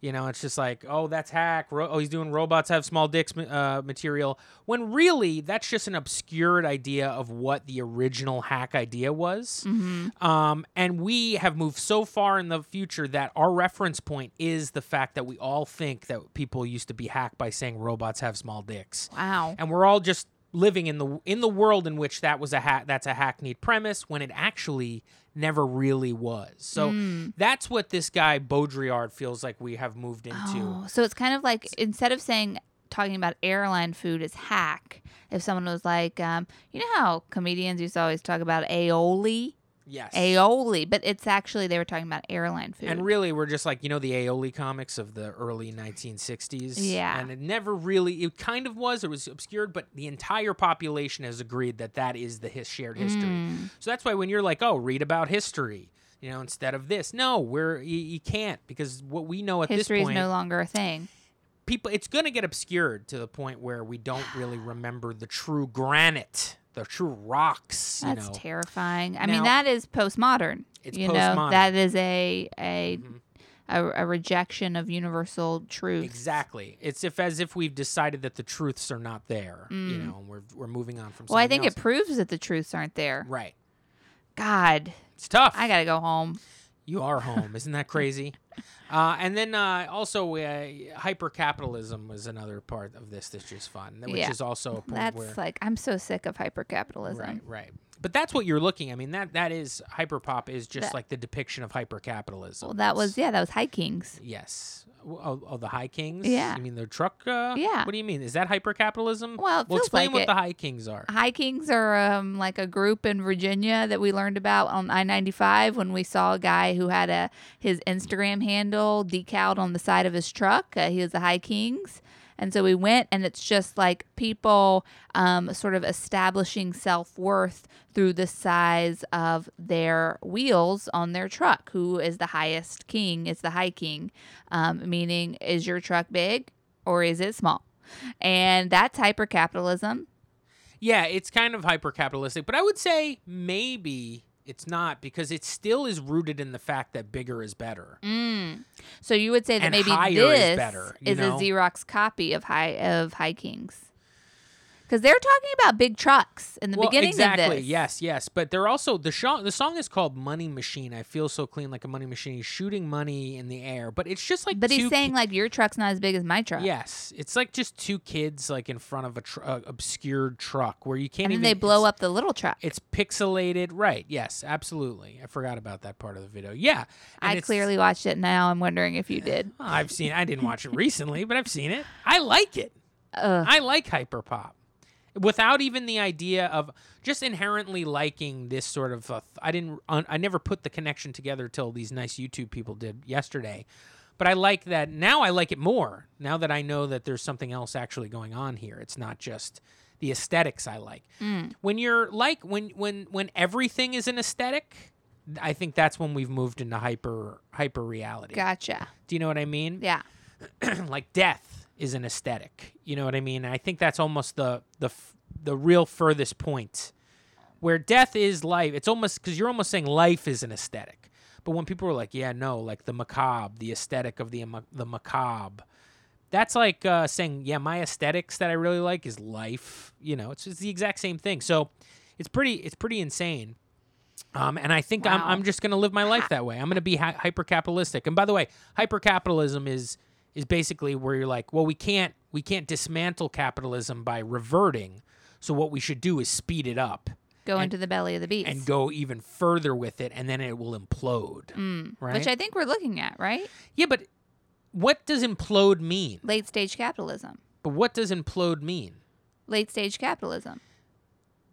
[SPEAKER 1] You know, it's just like, oh, that's hack. Ro- oh, he's doing robots have small dicks ma- uh, material. When really, that's just an obscured idea of what the original hack idea was.
[SPEAKER 2] Mm-hmm.
[SPEAKER 1] Um, and we have moved so far in the future that our reference point is the fact that we all think that people used to be hacked by saying robots have small dicks
[SPEAKER 2] Wow.
[SPEAKER 1] and we're all just living in the in the world in which that was a ha- that's a hackneyed premise when it actually never really was. So
[SPEAKER 2] Mm. Hmm.
[SPEAKER 1] that's what this guy Baudrillard feels like we have moved into.
[SPEAKER 2] Oh, so it's kind of like instead of saying talking about airline food is hack, if someone was like, um, you know how comedians used to always talk about aioli,
[SPEAKER 1] Yes.
[SPEAKER 2] aioli, but it's actually they were talking about airline food.
[SPEAKER 1] And really, we're just like you know the aioli comics of the early 1960s.
[SPEAKER 2] Yeah.
[SPEAKER 1] and it never really. It kind of was. It was obscured, but the entire population has agreed that that is the his shared history.
[SPEAKER 2] Mm.
[SPEAKER 1] So that's why when you're like, oh, read about history, you know, instead of this, no, we're you, you can't because what we know at
[SPEAKER 2] History
[SPEAKER 1] this
[SPEAKER 2] is
[SPEAKER 1] point
[SPEAKER 2] no longer a thing.
[SPEAKER 1] people it's going to get obscured to the point where we don't really remember the true granite the true rocks you
[SPEAKER 2] That's
[SPEAKER 1] know
[SPEAKER 2] terrifying. I
[SPEAKER 1] Now-
[SPEAKER 2] mean, that is postmodern.
[SPEAKER 1] It's
[SPEAKER 2] you know,
[SPEAKER 1] postmodern. Mm-hmm.
[SPEAKER 2] that is a a, a a rejection of universal truth.
[SPEAKER 1] exactly it's if as if we've decided that the truths are not there you know and we're, we're moving on from
[SPEAKER 2] Mm. Well, I
[SPEAKER 1] something
[SPEAKER 2] think it
[SPEAKER 1] else.
[SPEAKER 2] proves that the truths aren't there.
[SPEAKER 1] right
[SPEAKER 2] God,
[SPEAKER 1] it's tough
[SPEAKER 2] I gotta go home.
[SPEAKER 1] you are home isn't that
[SPEAKER 2] <laughs>
[SPEAKER 1] crazy uh, and then uh, also uh, hypercapitalism was another part of this that's just fun which
[SPEAKER 2] Yeah.
[SPEAKER 1] is also a point
[SPEAKER 2] That's
[SPEAKER 1] where
[SPEAKER 2] like I'm so sick of hypercapitalism.
[SPEAKER 1] Right, right. But that's what you're looking. I mean, that that is hyperpop is just
[SPEAKER 2] That-
[SPEAKER 1] like the depiction of hypercapitalism.
[SPEAKER 2] Well, that was yeah, that was High Kings.
[SPEAKER 1] Yes. W- Oh, oh, the High Kings?
[SPEAKER 2] Yeah.
[SPEAKER 1] You mean the truck? Uh,
[SPEAKER 2] Yeah.
[SPEAKER 1] What do you mean? Is that hypercapitalism?
[SPEAKER 2] Well, it feels
[SPEAKER 1] explain
[SPEAKER 2] like
[SPEAKER 1] what
[SPEAKER 2] it.
[SPEAKER 1] the High Kings are.
[SPEAKER 2] High Kings are um, like a group in Virginia that we learned about on I-95 when we saw a guy who had a his Instagram handle decaled on the side of his truck. Uh, he was the High Kings. And so we went, and it's just like people um, sort of establishing self worth through the size of their wheels on their truck. Who is the highest king? Is the high king, um, meaning is your truck big or is it small? And that's hypercapitalism.
[SPEAKER 1] Yeah, it's kind of hypercapitalistic, but I would say maybe it's not because it still is rooted in the fact that bigger is better.
[SPEAKER 2] Mm. So you would say that
[SPEAKER 1] And
[SPEAKER 2] maybe
[SPEAKER 1] higher is
[SPEAKER 2] this is,
[SPEAKER 1] better, you know?
[SPEAKER 2] a Xerox copy of high of High Kings, because they're talking about big trucks in the
[SPEAKER 1] well,
[SPEAKER 2] beginning
[SPEAKER 1] exactly.
[SPEAKER 2] of this.
[SPEAKER 1] Yes, yes. But they're also the song. The song is called "Money Machine." I feel so clean, like a money machine. He's shooting money in the air, but it's just like.
[SPEAKER 2] But he's
[SPEAKER 1] two
[SPEAKER 2] saying like your truck's not as big as my truck.
[SPEAKER 1] Yes, it's like just two kids like in front of a tr- uh, obscured truck where you can't
[SPEAKER 2] And then
[SPEAKER 1] even.
[SPEAKER 2] they blow
[SPEAKER 1] it's-
[SPEAKER 2] up the little truck.
[SPEAKER 1] It's pixelated, right? Yes, absolutely. I forgot about that part of the video. Yeah, and
[SPEAKER 2] I
[SPEAKER 1] it's-
[SPEAKER 2] clearly watched it now. I'm wondering if you did.
[SPEAKER 1] Oh, I've seen. I didn't watch it recently, but I've seen it. I like it.
[SPEAKER 2] Ugh.
[SPEAKER 1] I like hyperpop, without even the idea of just inherently liking this sort of. Uh, I didn't. un- I never put the connection together till these nice YouTube people did yesterday. But I like that now. I like it more now that I know that there's something else actually going on here. It's not just the aesthetics I like. When you're like when when when everything is an aesthetic, I think that's when we've moved into hyper hyper reality.
[SPEAKER 2] Gotcha.
[SPEAKER 1] Do you know what I mean?
[SPEAKER 2] Yeah.
[SPEAKER 1] <clears throat> like death is an aesthetic. You know what I mean? I think that's almost the the f- the real furthest point where death is life. It's almost because you're almost saying life is an aesthetic. But when people are like, yeah, no, like the macabre, the aesthetic of the ma- the macabre, that's like uh, saying, yeah, my aesthetics that I really like is life. You know, it's, it's the exact same thing. So it's pretty it's pretty insane. Um, and I think
[SPEAKER 2] Wow.
[SPEAKER 1] I'm, I'm just going to live my life that way. I'm going to be hi- hyper capitalistic. And by the way, hyper capitalism is is basically where you're like, well, we can't we can't dismantle capitalism by reverting. So what we should do is speed it up
[SPEAKER 2] Go
[SPEAKER 1] And-
[SPEAKER 2] into the belly of the beast.
[SPEAKER 1] and go even further with it, and then it will implode.
[SPEAKER 2] Mm.
[SPEAKER 1] right?
[SPEAKER 2] Which I think we're looking at, right?
[SPEAKER 1] yeah, but what does implode mean?
[SPEAKER 2] Late stage capitalism.
[SPEAKER 1] But what does implode mean?
[SPEAKER 2] Late stage capitalism.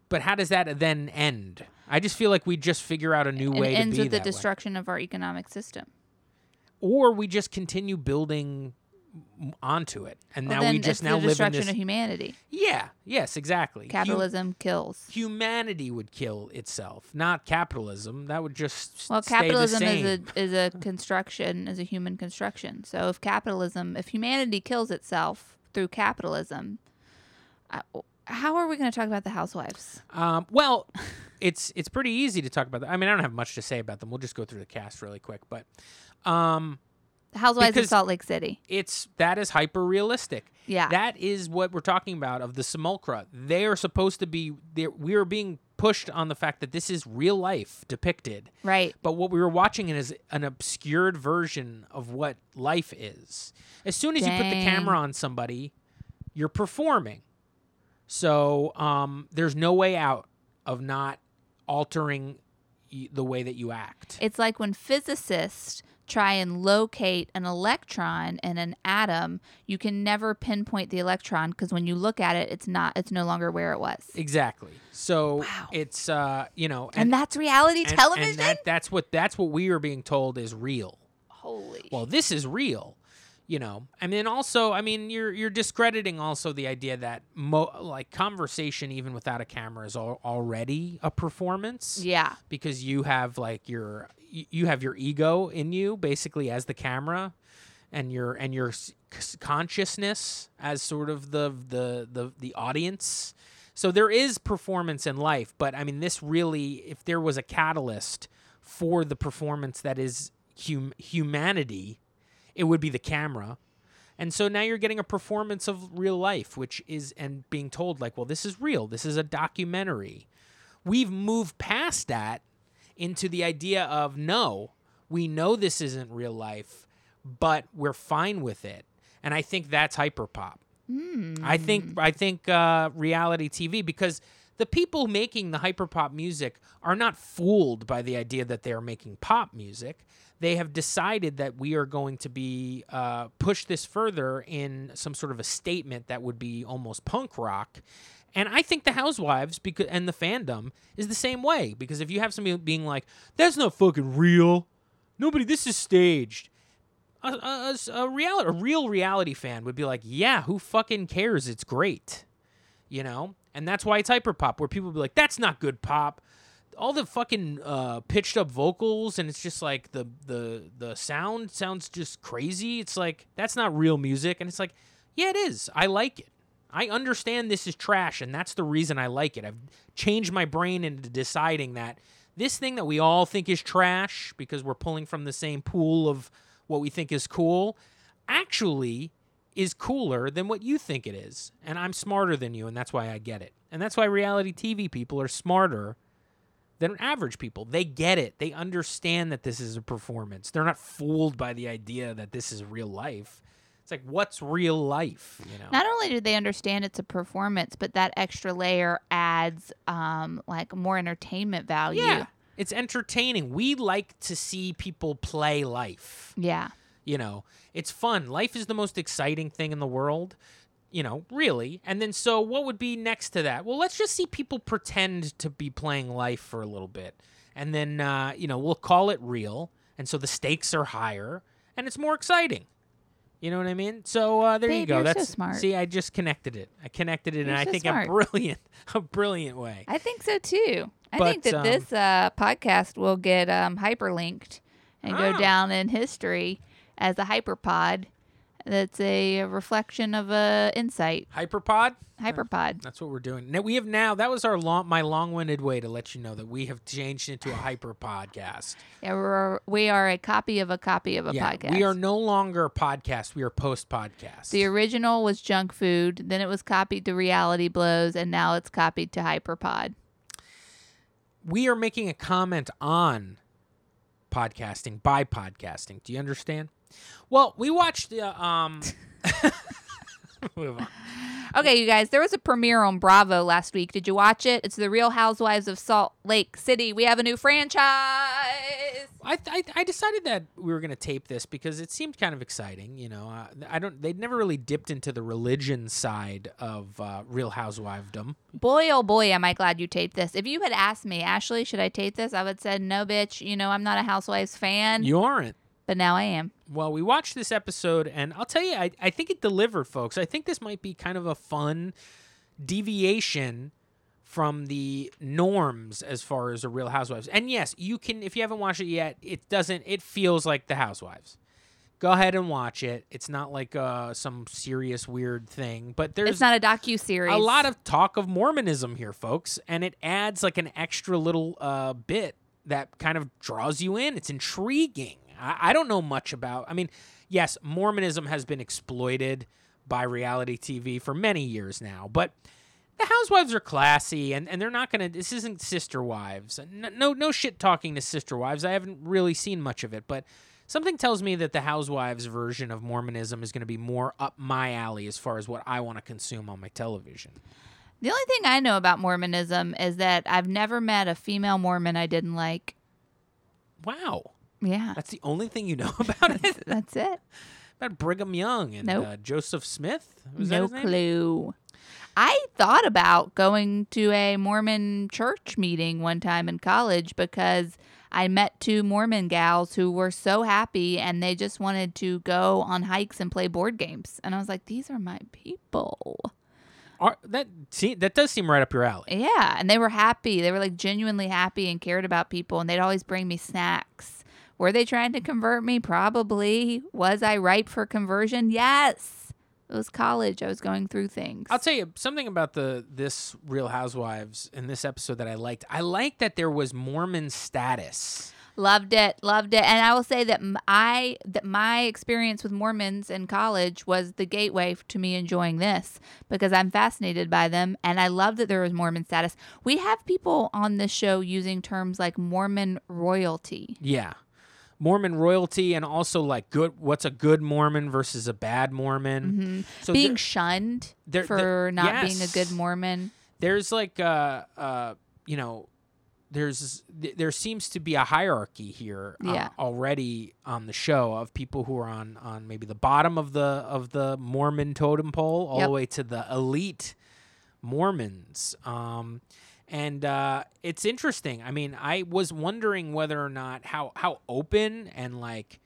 [SPEAKER 1] But how does that then end? I just feel like we just figure out a new
[SPEAKER 2] And
[SPEAKER 1] way
[SPEAKER 2] it
[SPEAKER 1] to
[SPEAKER 2] ends
[SPEAKER 1] be
[SPEAKER 2] with the
[SPEAKER 1] that way.
[SPEAKER 2] destruction of our economic system.
[SPEAKER 1] or we just continue building m- onto it, and
[SPEAKER 2] Well,
[SPEAKER 1] now we
[SPEAKER 2] then
[SPEAKER 1] just
[SPEAKER 2] it's
[SPEAKER 1] now
[SPEAKER 2] the
[SPEAKER 1] live in
[SPEAKER 2] destruction
[SPEAKER 1] this.
[SPEAKER 2] of humanity.
[SPEAKER 1] yeah, yes, exactly. Hu-
[SPEAKER 2] Capitalism kills.
[SPEAKER 1] humanity would kill itself, not capitalism. That would just
[SPEAKER 2] Well,
[SPEAKER 1] stay the
[SPEAKER 2] capitalism
[SPEAKER 1] same.
[SPEAKER 2] is a is a construction, is a human construction. So if capitalism, if humanity kills itself through capitalism, I, uh, how are we going to talk about the housewives?
[SPEAKER 1] Um, well, <laughs> it's it's pretty easy to talk about that. I mean, I don't have much to say about them. We'll just go through the cast really quick, but um,
[SPEAKER 2] The housewives
[SPEAKER 1] Because-
[SPEAKER 2] of Salt Lake City.
[SPEAKER 1] it's that is hyper realistic.
[SPEAKER 2] Yeah.
[SPEAKER 1] That is what we're talking about of the simulacra. They are supposed to be they're- we are being pushed on the fact that this is real life depicted.
[SPEAKER 2] right.
[SPEAKER 1] But what we were watching is an obscured version of what life is. As soon as you put the
[SPEAKER 2] Dang.
[SPEAKER 1] camera on somebody, you're performing. So um, there's no way out of not altering y- the way that you act.
[SPEAKER 2] It's like when physicists try and locate an electron in an atom, you can never pinpoint the electron because when you look at it, it's not it's no longer where it was.
[SPEAKER 1] exactly. So
[SPEAKER 2] Wow.
[SPEAKER 1] it's uh, you know,
[SPEAKER 2] and, that's reality
[SPEAKER 1] and- and
[SPEAKER 2] television?
[SPEAKER 1] that, that's what that's what we are being told is real.
[SPEAKER 2] Holy.
[SPEAKER 1] well this is real you know and then also i mean you're you're discrediting also the idea that mo- like conversation even without a camera is al- already a performance
[SPEAKER 2] yeah.
[SPEAKER 1] because you have like your y- you have your ego in you basically as the camera and your and your s- c- consciousness as sort of the the the the audience so there is performance in life but i mean this really if there was a catalyst for the performance that is hum- humanity it would be the camera and so now you're getting a performance of real life which is and being told like well this is real this is a documentary we've moved past that into the idea of no, we know this isn't real life, but we're fine with it. And I think that's hyperpop. I think I think uh, reality TV because the people making the hyperpop music are not fooled by the idea that they are making pop music. They have decided that we are going to be uh, push this further in some sort of a statement that would be almost punk rock. And I think the housewives because and the fandom is the same way because if you have somebody being like, "That's not fucking real," nobody, this is staged a, a, reality, a real reality fan would be like, yeah, who fucking cares? It's great, you know. And that's why it's hyper pop, where people be like, that's not good pop. All the fucking uh, pitched up vocals, and it's just like the the the sound sounds just crazy. It's like that's not real music, and it's like, yeah, it is. I like it. I understand this is trash, and that's the reason I like it. I've changed my brain into deciding that this thing that we all think is trash because we're pulling from the same pool of what we think is cool actually is cooler than what you think it is. And I'm smarter than you, and that's why I get it. And that's why reality TV people are smarter than average people. They get it, they understand that this is a performance. They're not fooled by the idea that this is real life. It's like, what's real life? You know?
[SPEAKER 2] Not only do they understand it's a performance, but that extra layer adds um like more entertainment value.
[SPEAKER 1] Yeah. It's entertaining. We like to see people play life.
[SPEAKER 2] Yeah.
[SPEAKER 1] You know, it's fun. Life is the most exciting thing in the world, you know, really. And then so what would be next to that? Well, let's just see people pretend to be playing life for a little bit. And then uh, you know, we'll call it real, and so the stakes are higher and it's more exciting. You know what I mean? So uh, there you
[SPEAKER 2] Babe,
[SPEAKER 1] go.
[SPEAKER 2] you're so
[SPEAKER 1] That's
[SPEAKER 2] smart.
[SPEAKER 1] See, I just connected it. I connected it,
[SPEAKER 2] You're
[SPEAKER 1] and I
[SPEAKER 2] so
[SPEAKER 1] think
[SPEAKER 2] smart.
[SPEAKER 1] a brilliant, <laughs> a brilliant way.
[SPEAKER 2] I think so too. I think
[SPEAKER 1] But, um,
[SPEAKER 2] that this uh, podcast will get um, hyperlinked and
[SPEAKER 1] Oh.
[SPEAKER 2] go down in history as a hyperpod. That's a reflection of a insight
[SPEAKER 1] Hyperpod.
[SPEAKER 2] hyperpod.
[SPEAKER 1] That's what we're doing. Now we have now. That was our long, my long-winded way to let you know that we have changed into a hyper podcast.
[SPEAKER 2] Yeah, we're, we are a copy of a copy of a
[SPEAKER 1] yeah,
[SPEAKER 2] podcast.
[SPEAKER 1] we are no longer a podcast. We are post podcast.
[SPEAKER 2] the original was junk food, then it was copied to Reality Blows, and now it's copied to Hyperpod.
[SPEAKER 1] we are making a comment on podcasting by podcasting. Do you understand? Well, we watched the um. <laughs> move on.
[SPEAKER 2] Okay, you guys, there was a premiere on Bravo last week. Did you watch it? It's The Real Housewives of Salt Lake City. We have a new franchise.
[SPEAKER 1] I, I, I decided that we were going to tape this because it seemed kind of exciting. You know, uh, I don't. They'd never really dipped into the religion side of uh, Real Housewivedom.
[SPEAKER 2] Boy, oh boy, am I glad you taped this. If you had asked me, Ashley, should I tape this? I would said, no, bitch. You know, I'm not a Housewives fan,
[SPEAKER 1] You aren't.
[SPEAKER 2] but now I am.
[SPEAKER 1] Well, we watched this episode, and I'll tell you, I, I think it delivered, folks. I think this might be kind of a fun deviation from the norms as far as a Real Housewives. And yes, you can, if you haven't watched it yet, it doesn't, it feels like the Housewives. Go ahead and watch it. It's not like uh, some serious weird thing, but
[SPEAKER 2] It's
[SPEAKER 1] there's
[SPEAKER 2] not a docu series.
[SPEAKER 1] a lot of talk of Mormonism here, folks, and it adds like an extra little uh, bit that kind of draws you in. It's intriguing. I, I don't know much about. I mean, yes, Mormonism has been exploited by reality TV for many years now, but the housewives are classy, and, and they're not gonna. This isn't sister wives. No, no, no shit talking to sister wives. I haven't really seen much of it, but. Something tells me that the Housewives version of Mormonism is going to be more up my alley as far as what I want to consume on my television.
[SPEAKER 2] the only thing I know about Mormonism is that I've never met a female Mormon I didn't like.
[SPEAKER 1] Wow.
[SPEAKER 2] Yeah,
[SPEAKER 1] That's the only thing you know <laughs> about it?
[SPEAKER 2] that's it.
[SPEAKER 1] about Brigham Young and
[SPEAKER 2] Nope.
[SPEAKER 1] uh, Joseph Smith? Was that
[SPEAKER 2] no
[SPEAKER 1] his name?
[SPEAKER 2] clue. I thought about going to a Mormon church meeting one time in college because I met two Mormon gals who were so happy and they just wanted to go on hikes and play board games. And I was like, these are my people.
[SPEAKER 1] Are- that, see, that does seem right up your alley.
[SPEAKER 2] Yeah. And they were happy. They were like genuinely happy and cared about people. And they'd always bring me snacks. Were they trying to convert me? Probably. Was I ripe for conversion? Yes. It was college. I was going through things.
[SPEAKER 1] I'll tell you something about the this Real Housewives in this episode that I liked. I liked that there was Mormon status.
[SPEAKER 2] Loved it, loved it, and I will say that m- I that my experience with Mormons in college was the gateway f- to me enjoying this because I'm fascinated by them, and I love that there was Mormon status. We have people on this show using terms like Mormon royalty.
[SPEAKER 1] Yeah. Mormon royalty and also like good what's a good Mormon versus a bad Mormon. Mm-hmm. So
[SPEAKER 2] Mm-hmm. being
[SPEAKER 1] there-
[SPEAKER 2] shunned
[SPEAKER 1] there-
[SPEAKER 2] for
[SPEAKER 1] there-
[SPEAKER 2] not being a
[SPEAKER 1] yes.
[SPEAKER 2] good Mormon.
[SPEAKER 1] there's like uh uh you know there's th- there seems to be a hierarchy here uh,
[SPEAKER 2] Yeah.
[SPEAKER 1] already on the show of people who are on on maybe the bottom of the of the Mormon totem pole all
[SPEAKER 2] Yep.
[SPEAKER 1] the way to the elite Mormons um and uh it's interesting I mean I was wondering whether or not how how open and like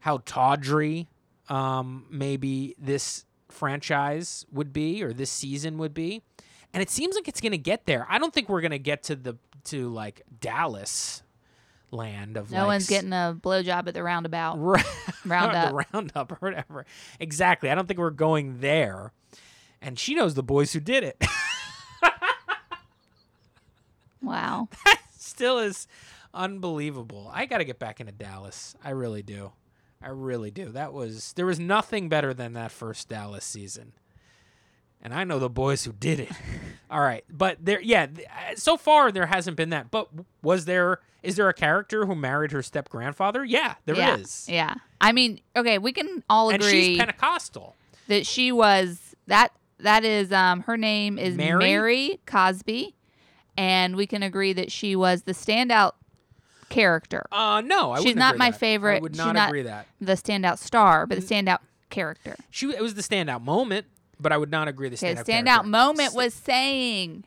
[SPEAKER 1] how tawdry um, maybe this franchise would be or this season would be. And it seems like it's going to get there. I don't think we're going to get to the to like Dallas land of
[SPEAKER 2] No
[SPEAKER 1] like,
[SPEAKER 2] one's
[SPEAKER 1] s- <laughs>
[SPEAKER 2] getting a blowjob at the roundabout.
[SPEAKER 1] Right.
[SPEAKER 2] Roundup.
[SPEAKER 1] the roundup or whatever. Exactly. I don't think we're going there. And she knows the boys who did it.
[SPEAKER 2] Wow.
[SPEAKER 1] Still is unbelievable. I got to get back into Dallas. I really do. I really do. That was there was nothing better than that first Dallas season. And I know the boys who did it. <laughs> All right, but there yeah, th- uh, so far there hasn't been that. But was there is there a character who married her step-grandfather? Yeah, there is.
[SPEAKER 2] yeah. Yeah. I mean, okay, we can all
[SPEAKER 1] And
[SPEAKER 2] agree.
[SPEAKER 1] she's Pentecostal.
[SPEAKER 2] that she was that that is um her name is
[SPEAKER 1] Mary?
[SPEAKER 2] Mary, Cosby and we can agree that she was the standout character
[SPEAKER 1] Uh no, I
[SPEAKER 2] She's
[SPEAKER 1] wouldn't
[SPEAKER 2] not
[SPEAKER 1] agree
[SPEAKER 2] my
[SPEAKER 1] that. I
[SPEAKER 2] favorite.
[SPEAKER 1] would
[SPEAKER 2] She's
[SPEAKER 1] not,
[SPEAKER 2] not-
[SPEAKER 1] agree that.
[SPEAKER 2] the standout star but the standout character
[SPEAKER 1] She it was the standout moment, but I would not agree the
[SPEAKER 2] okay
[SPEAKER 1] standout
[SPEAKER 2] the
[SPEAKER 1] character.
[SPEAKER 2] standout moment was saying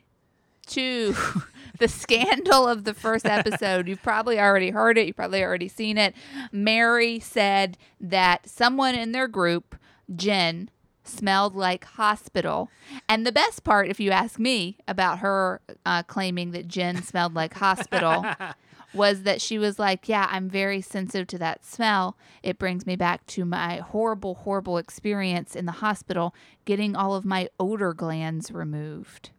[SPEAKER 2] to <laughs> the scandal of the first episode you've probably already heard it you've probably already seen it mary said that someone in their group jen smelled like hospital and the best part if you ask me about her uh, claiming that jen smelled like hospital
[SPEAKER 1] <laughs>
[SPEAKER 2] was that she was like yeah i'm very sensitive to that smell it brings me back to my horrible horrible experience in the hospital getting all of my odor glands removed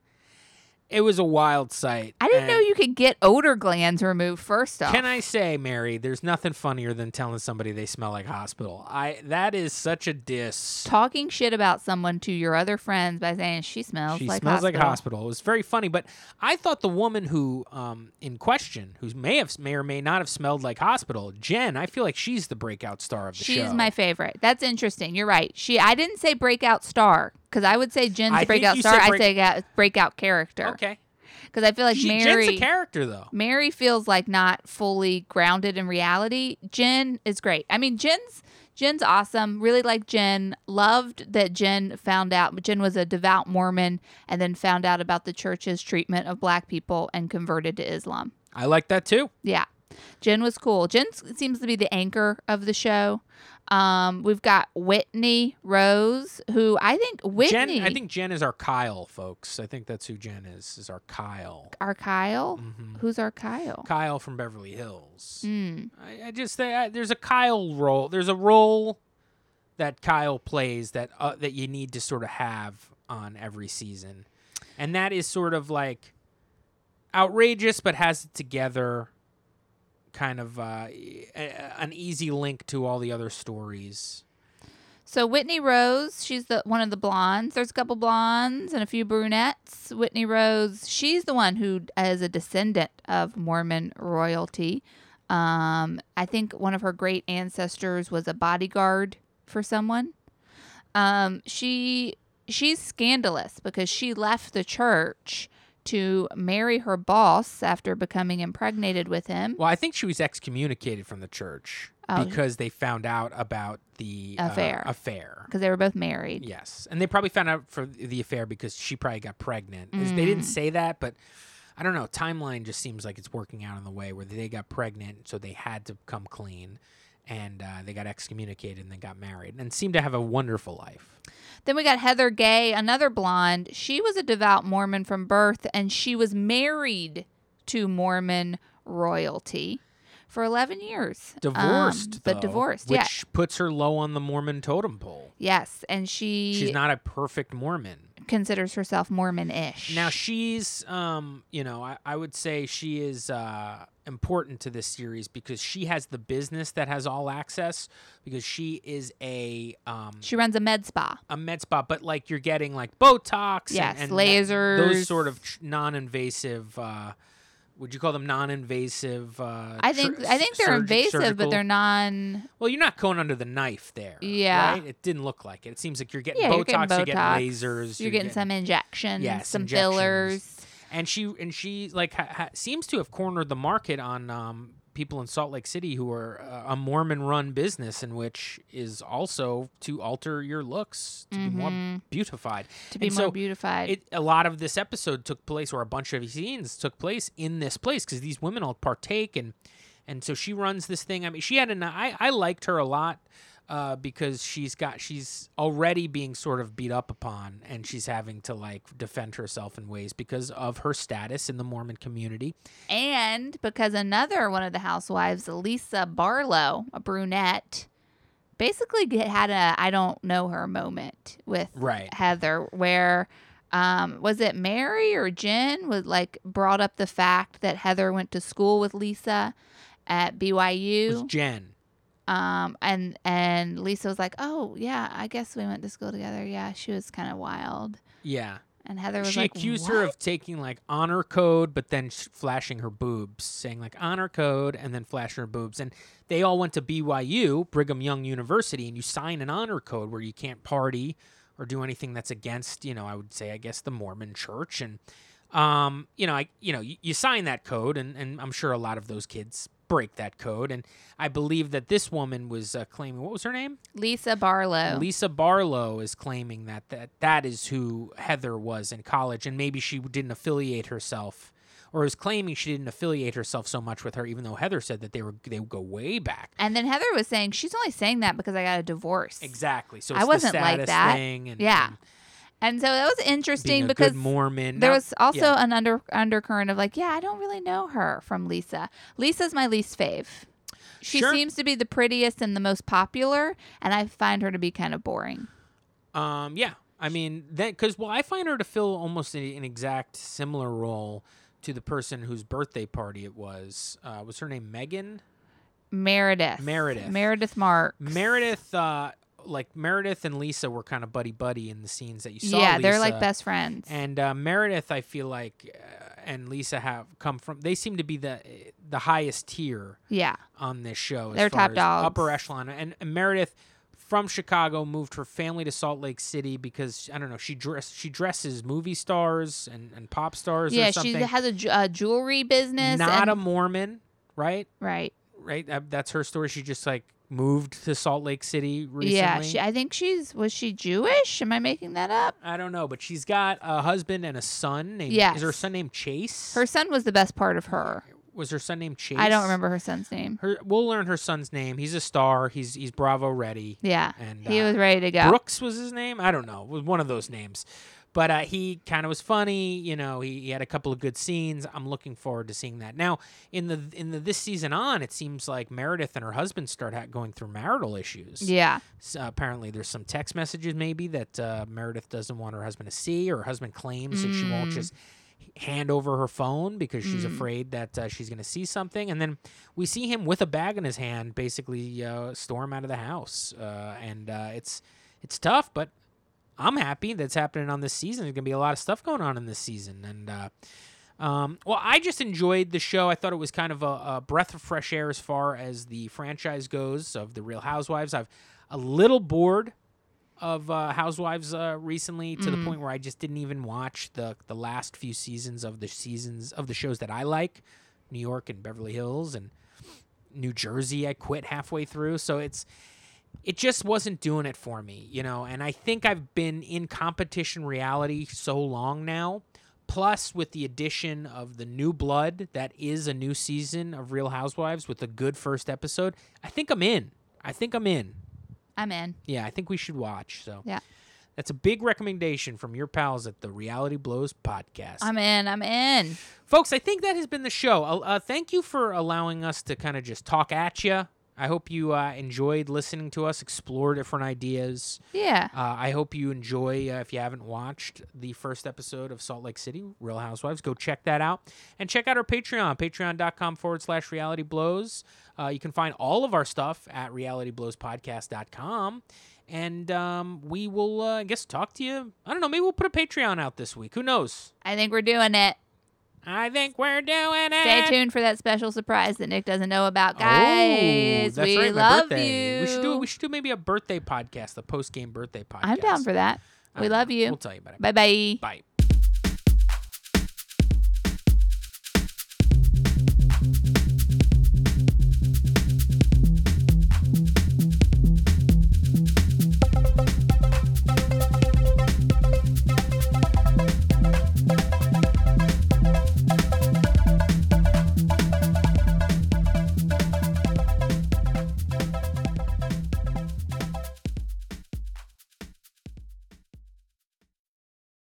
[SPEAKER 1] It was a wild sight.
[SPEAKER 2] I didn't
[SPEAKER 1] and-
[SPEAKER 2] know you could get odor glands removed. First off,
[SPEAKER 1] Can I say, Mary, there's nothing funnier than telling somebody they smell like hospital. I that is such a diss.
[SPEAKER 2] talking shit about someone to your other friends by saying she smells
[SPEAKER 1] She
[SPEAKER 2] like
[SPEAKER 1] smells like
[SPEAKER 2] hospital.
[SPEAKER 1] hospital. It was very funny, but I thought the woman who um, in question, who may have may or may not have smelled like hospital, Jen, I feel like she's the breakout star of the show.
[SPEAKER 2] She's my favorite. That's interesting. You're right. She. I didn't say breakout star because I would say Jen's
[SPEAKER 1] I think
[SPEAKER 2] breakout
[SPEAKER 1] you
[SPEAKER 2] star.
[SPEAKER 1] said
[SPEAKER 2] I
[SPEAKER 1] break-
[SPEAKER 2] say ga- breakout character
[SPEAKER 1] okay.
[SPEAKER 2] because I feel like
[SPEAKER 1] She,
[SPEAKER 2] Mary.
[SPEAKER 1] Jen's a character though.
[SPEAKER 2] Mary feels like not fully grounded in reality. Jen is great. I mean, Jen's Jen's awesome. Really like Jen. Loved that Jen found out. Jen was a devout Mormon and then found out about the church's treatment of black people and converted to Islam.
[SPEAKER 1] I like that too.
[SPEAKER 2] Yeah. Jen was cool. Jen s- seems to be the anchor of the show. Um, we've got Whitney Rose, who I think Whitney,
[SPEAKER 1] Jen, I think Jen is our Kyle, folks. I think that's who Jen is. Is our Kyle.
[SPEAKER 2] our Kyle.
[SPEAKER 1] Mhm.
[SPEAKER 2] Who's our Kyle?
[SPEAKER 1] Kyle from Beverly Hills.
[SPEAKER 2] Mm.
[SPEAKER 1] I, I just I, I- there's a Kyle role. There's a role that Kyle plays that uh, that you need to sort of have on every season, and that is sort of like outrageous but has it together, kind of uh, e- a- an easy link to all the other stories.
[SPEAKER 2] So Whitney Rose, she's the one of the blondes. There's a couple blondes and a few brunettes. Whitney Rose, she's the one who is a descendant of Mormon royalty. Um, I think one of her great ancestors was a bodyguard for someone. Um, she she's scandalous because she left the church to marry her boss after becoming impregnated with him.
[SPEAKER 1] Well, I think she was excommunicated from the church
[SPEAKER 2] Oh.
[SPEAKER 1] because they found out about the uh,
[SPEAKER 2] Affair.
[SPEAKER 1] affair.
[SPEAKER 2] Because they were both married.
[SPEAKER 1] Yes, and they probably found out for the affair because she probably got pregnant. Is- They
[SPEAKER 2] Mm.
[SPEAKER 1] didn't say that, but I don't know. Timeline just seems like it's working out in the way where they got pregnant, so they had to come clean, and uh, they got excommunicated and then got married, and seemed to have a wonderful life.
[SPEAKER 2] Then we got Heather Gay, another blonde. She was a devout Mormon from birth, and she was married to Mormon royalty for 11 years. Um,
[SPEAKER 1] Divorced,
[SPEAKER 2] but
[SPEAKER 1] though,
[SPEAKER 2] divorced,
[SPEAKER 1] which
[SPEAKER 2] yeah.
[SPEAKER 1] puts her low on the Mormon totem pole.
[SPEAKER 2] Yes, and she
[SPEAKER 1] She's not a perfect Mormon.
[SPEAKER 2] considers herself Mormon ish.
[SPEAKER 1] Now she's, um, you know, I, I would say she is uh, important to this series because she has the business that has all access because she is a um,
[SPEAKER 2] she runs a med spa.
[SPEAKER 1] a med spa, but like you're getting like Botox, and-
[SPEAKER 2] Yes,
[SPEAKER 1] and,
[SPEAKER 2] lasers.
[SPEAKER 1] those sort of tr- non-invasive. Uh, would you call them non-invasive? Uh,
[SPEAKER 2] I think
[SPEAKER 1] tr-
[SPEAKER 2] I think they're
[SPEAKER 1] surg-
[SPEAKER 2] invasive,
[SPEAKER 1] surgical-
[SPEAKER 2] but they're non.
[SPEAKER 1] Well, you're not going under the knife there.
[SPEAKER 2] Yeah.
[SPEAKER 1] right? it didn't look like it. It seems like you're getting
[SPEAKER 2] Yeah,
[SPEAKER 1] Botox,
[SPEAKER 2] you're getting Botox.
[SPEAKER 1] you're getting lasers,
[SPEAKER 2] You're, getting, some injections,
[SPEAKER 1] Yes,
[SPEAKER 2] some
[SPEAKER 1] injections.
[SPEAKER 2] fillers.
[SPEAKER 1] and she and she like ha, ha, seems to have cornered the market on um, people in Salt Lake City who are uh, a Mormon-run business, in which is also to alter your looks to be more beautified.
[SPEAKER 2] Mm-hmm. To be
[SPEAKER 1] And
[SPEAKER 2] more
[SPEAKER 1] so
[SPEAKER 2] beautified.
[SPEAKER 1] It, a lot of this episode took place, or a bunch of scenes took place in this place because these women all partake, and and so she runs this thing. I mean, she had an I I liked her a lot. Uh, because she's got she's already being sort of beat up upon and she's having to like defend herself in ways because of her status in the mormon community
[SPEAKER 2] And because another one of the housewives, Lisa Barlow, a brunette, basically get, had a I don't know her moment with
[SPEAKER 1] Right.
[SPEAKER 2] Heather, where um, was it Mary or Jen was like brought up the fact that Heather went to school with Lisa at
[SPEAKER 1] It was
[SPEAKER 2] BYU,
[SPEAKER 1] jen
[SPEAKER 2] um, and and Lisa was like, "Oh yeah, I guess we went to school together. Yeah, she was kind of wild."
[SPEAKER 1] yeah
[SPEAKER 2] And Heather was
[SPEAKER 1] she
[SPEAKER 2] like,
[SPEAKER 1] accused
[SPEAKER 2] "What?"
[SPEAKER 1] her of taking like honor code, but then sh- flashing her boobs, saying like honor code, and then flashing her boobs. And they all went to BYU, Brigham Young University, and you sign an honor code where you can't party or do anything that's against, you know, I would say, I guess, the Mormon Church. And um, you know, I, you know, you, you sign that code, and and I'm sure a lot of those kids break that code. And I believe that this woman was uh, claiming what was her name?
[SPEAKER 2] Lisa Barlow.
[SPEAKER 1] Lisa Barlow is claiming that, that that is who Heather was in college, and maybe she didn't affiliate herself, or is claiming she didn't affiliate herself so much with her, even though Heather said that they were they would go way back.
[SPEAKER 2] And then Heather was saying she's only saying that because I got a divorce.
[SPEAKER 1] Exactly. So
[SPEAKER 2] I
[SPEAKER 1] it's
[SPEAKER 2] wasn't
[SPEAKER 1] the
[SPEAKER 2] like
[SPEAKER 1] status
[SPEAKER 2] that.
[SPEAKER 1] thing, and
[SPEAKER 2] Yeah.
[SPEAKER 1] and
[SPEAKER 2] And so that was
[SPEAKER 1] being
[SPEAKER 2] interesting
[SPEAKER 1] a
[SPEAKER 2] because
[SPEAKER 1] good Mormon.
[SPEAKER 2] there
[SPEAKER 1] Now-
[SPEAKER 2] was also
[SPEAKER 1] yeah.
[SPEAKER 2] an under undercurrent of like, yeah, I don't really know her from Lisa. Lisa's my least fave. She
[SPEAKER 1] Sure.
[SPEAKER 2] seems to be the prettiest and the most popular, and I find her to be kind of boring.
[SPEAKER 1] Um, yeah, I mean that because well, I find her to fill almost a, an exact similar role to the person whose birthday party it was. Uh, was her name Megan?
[SPEAKER 2] Meredith.
[SPEAKER 1] Meredith.
[SPEAKER 2] Meredith Mark.
[SPEAKER 1] Meredith, uh, like Meredith and Lisa were kind of buddy buddy in the scenes that you saw.
[SPEAKER 2] yeah, they're like
[SPEAKER 1] Lisa.
[SPEAKER 2] best friends.
[SPEAKER 1] And uh, Meredith, I feel like, uh, and Lisa have come from. They seem to be the the highest tier
[SPEAKER 2] yeah.
[SPEAKER 1] on this show. as
[SPEAKER 2] They're
[SPEAKER 1] far
[SPEAKER 2] top
[SPEAKER 1] as
[SPEAKER 2] dogs.
[SPEAKER 1] upper echelon. And, and Meredith from Chicago moved her family to Salt Lake City because I don't know. She dress she dresses movie stars and, and pop stars.
[SPEAKER 2] Yeah,
[SPEAKER 1] or
[SPEAKER 2] she
[SPEAKER 1] something.
[SPEAKER 2] has a, ju- a jewelry business.
[SPEAKER 1] not
[SPEAKER 2] and-
[SPEAKER 1] a Mormon, right?
[SPEAKER 2] right.
[SPEAKER 1] Right. That, that's her story. She just like moved to Salt Lake City recently.
[SPEAKER 2] Yeah, she, I think she's was she Jewish? Am I making that up?
[SPEAKER 1] I don't know, but she's got a husband and a son named.
[SPEAKER 2] Yes.
[SPEAKER 1] Is her son named Chase?
[SPEAKER 2] Her son was the best part of her.
[SPEAKER 1] was her son named Chase?
[SPEAKER 2] I don't remember her son's name.
[SPEAKER 1] Her, we'll learn her son's name. He's a star. He's he's Bravo ready.
[SPEAKER 2] Yeah,
[SPEAKER 1] And,
[SPEAKER 2] he
[SPEAKER 1] uh,
[SPEAKER 2] was ready to go.
[SPEAKER 1] Brooks was his name. I don't know. It was one of those names. But uh, he kind of was funny, you know. He, he had a couple of good scenes. I'm looking forward to seeing that. Now, in the in the this season on, it seems like Meredith and her husband start ha- going through marital issues.
[SPEAKER 2] Yeah.
[SPEAKER 1] So apparently, there's some text messages maybe that uh, Meredith doesn't want her husband to see, or her husband claims that she won't
[SPEAKER 2] Mm.
[SPEAKER 1] just hand over her phone because she's
[SPEAKER 2] Mm.
[SPEAKER 1] afraid that uh, she's going to see something. And then we see him with a bag in his hand, basically uh, storm out of the house. Uh, and uh, it's it's tough, but I'm happy that's happening on this season. There's going to be a lot of stuff going on in this season, and. Uh, um, well, I just enjoyed the show. I thought it was kind of a, a breath of fresh air as far as the franchise goes of the Real Housewives. I've a little bored of uh, Housewives uh, recently to the
[SPEAKER 2] Mm.
[SPEAKER 1] point where I just didn't even watch the the last few seasons of the seasons of the shows that I like, New York and Beverly Hills and New Jersey. I quit halfway through, so it's it just wasn't doing it for me, you know. And I think I've been in competition reality so long now. Plus, with the addition of the new blood that is a new season of Real Housewives with a good first episode, I think I'm in. I think I'm in.
[SPEAKER 2] I'm in.
[SPEAKER 1] Yeah, I think we should watch. So
[SPEAKER 2] Yeah.
[SPEAKER 1] that's a big recommendation from your pals at the Reality Blows podcast.
[SPEAKER 2] I'm in. I'm in.
[SPEAKER 1] Folks, I think that has been the show. Uh, uh, thank you for allowing us to kind of just talk at you. I hope you uh, enjoyed listening to us explore different ideas.
[SPEAKER 2] Yeah.
[SPEAKER 1] Uh, I hope you enjoy, uh, if you haven't watched the first episode of Salt Lake City, Real Housewives, go check that out. And check out our Patreon, patreon.com forward slash reality blows. Uh, you can find all of our stuff at realityblowspodcast.com. And um, we will, uh, I guess, talk to you. I don't know, maybe we'll put a Patreon out this week. Who knows?
[SPEAKER 2] I think we're doing it.
[SPEAKER 1] I think we're doing it.
[SPEAKER 2] Stay tuned for that special surprise that Nick doesn't know about,
[SPEAKER 1] Eh. Oh,
[SPEAKER 2] guys.
[SPEAKER 1] that's
[SPEAKER 2] we
[SPEAKER 1] right, my
[SPEAKER 2] love
[SPEAKER 1] birthday.
[SPEAKER 2] you.
[SPEAKER 1] We should do we should do maybe a birthday podcast, the post game birthday podcast.
[SPEAKER 2] I'm down for that.
[SPEAKER 1] I
[SPEAKER 2] We
[SPEAKER 1] don't
[SPEAKER 2] love
[SPEAKER 1] know.
[SPEAKER 2] you.
[SPEAKER 1] We'll tell you about it.
[SPEAKER 2] Bye bye.
[SPEAKER 1] Bye.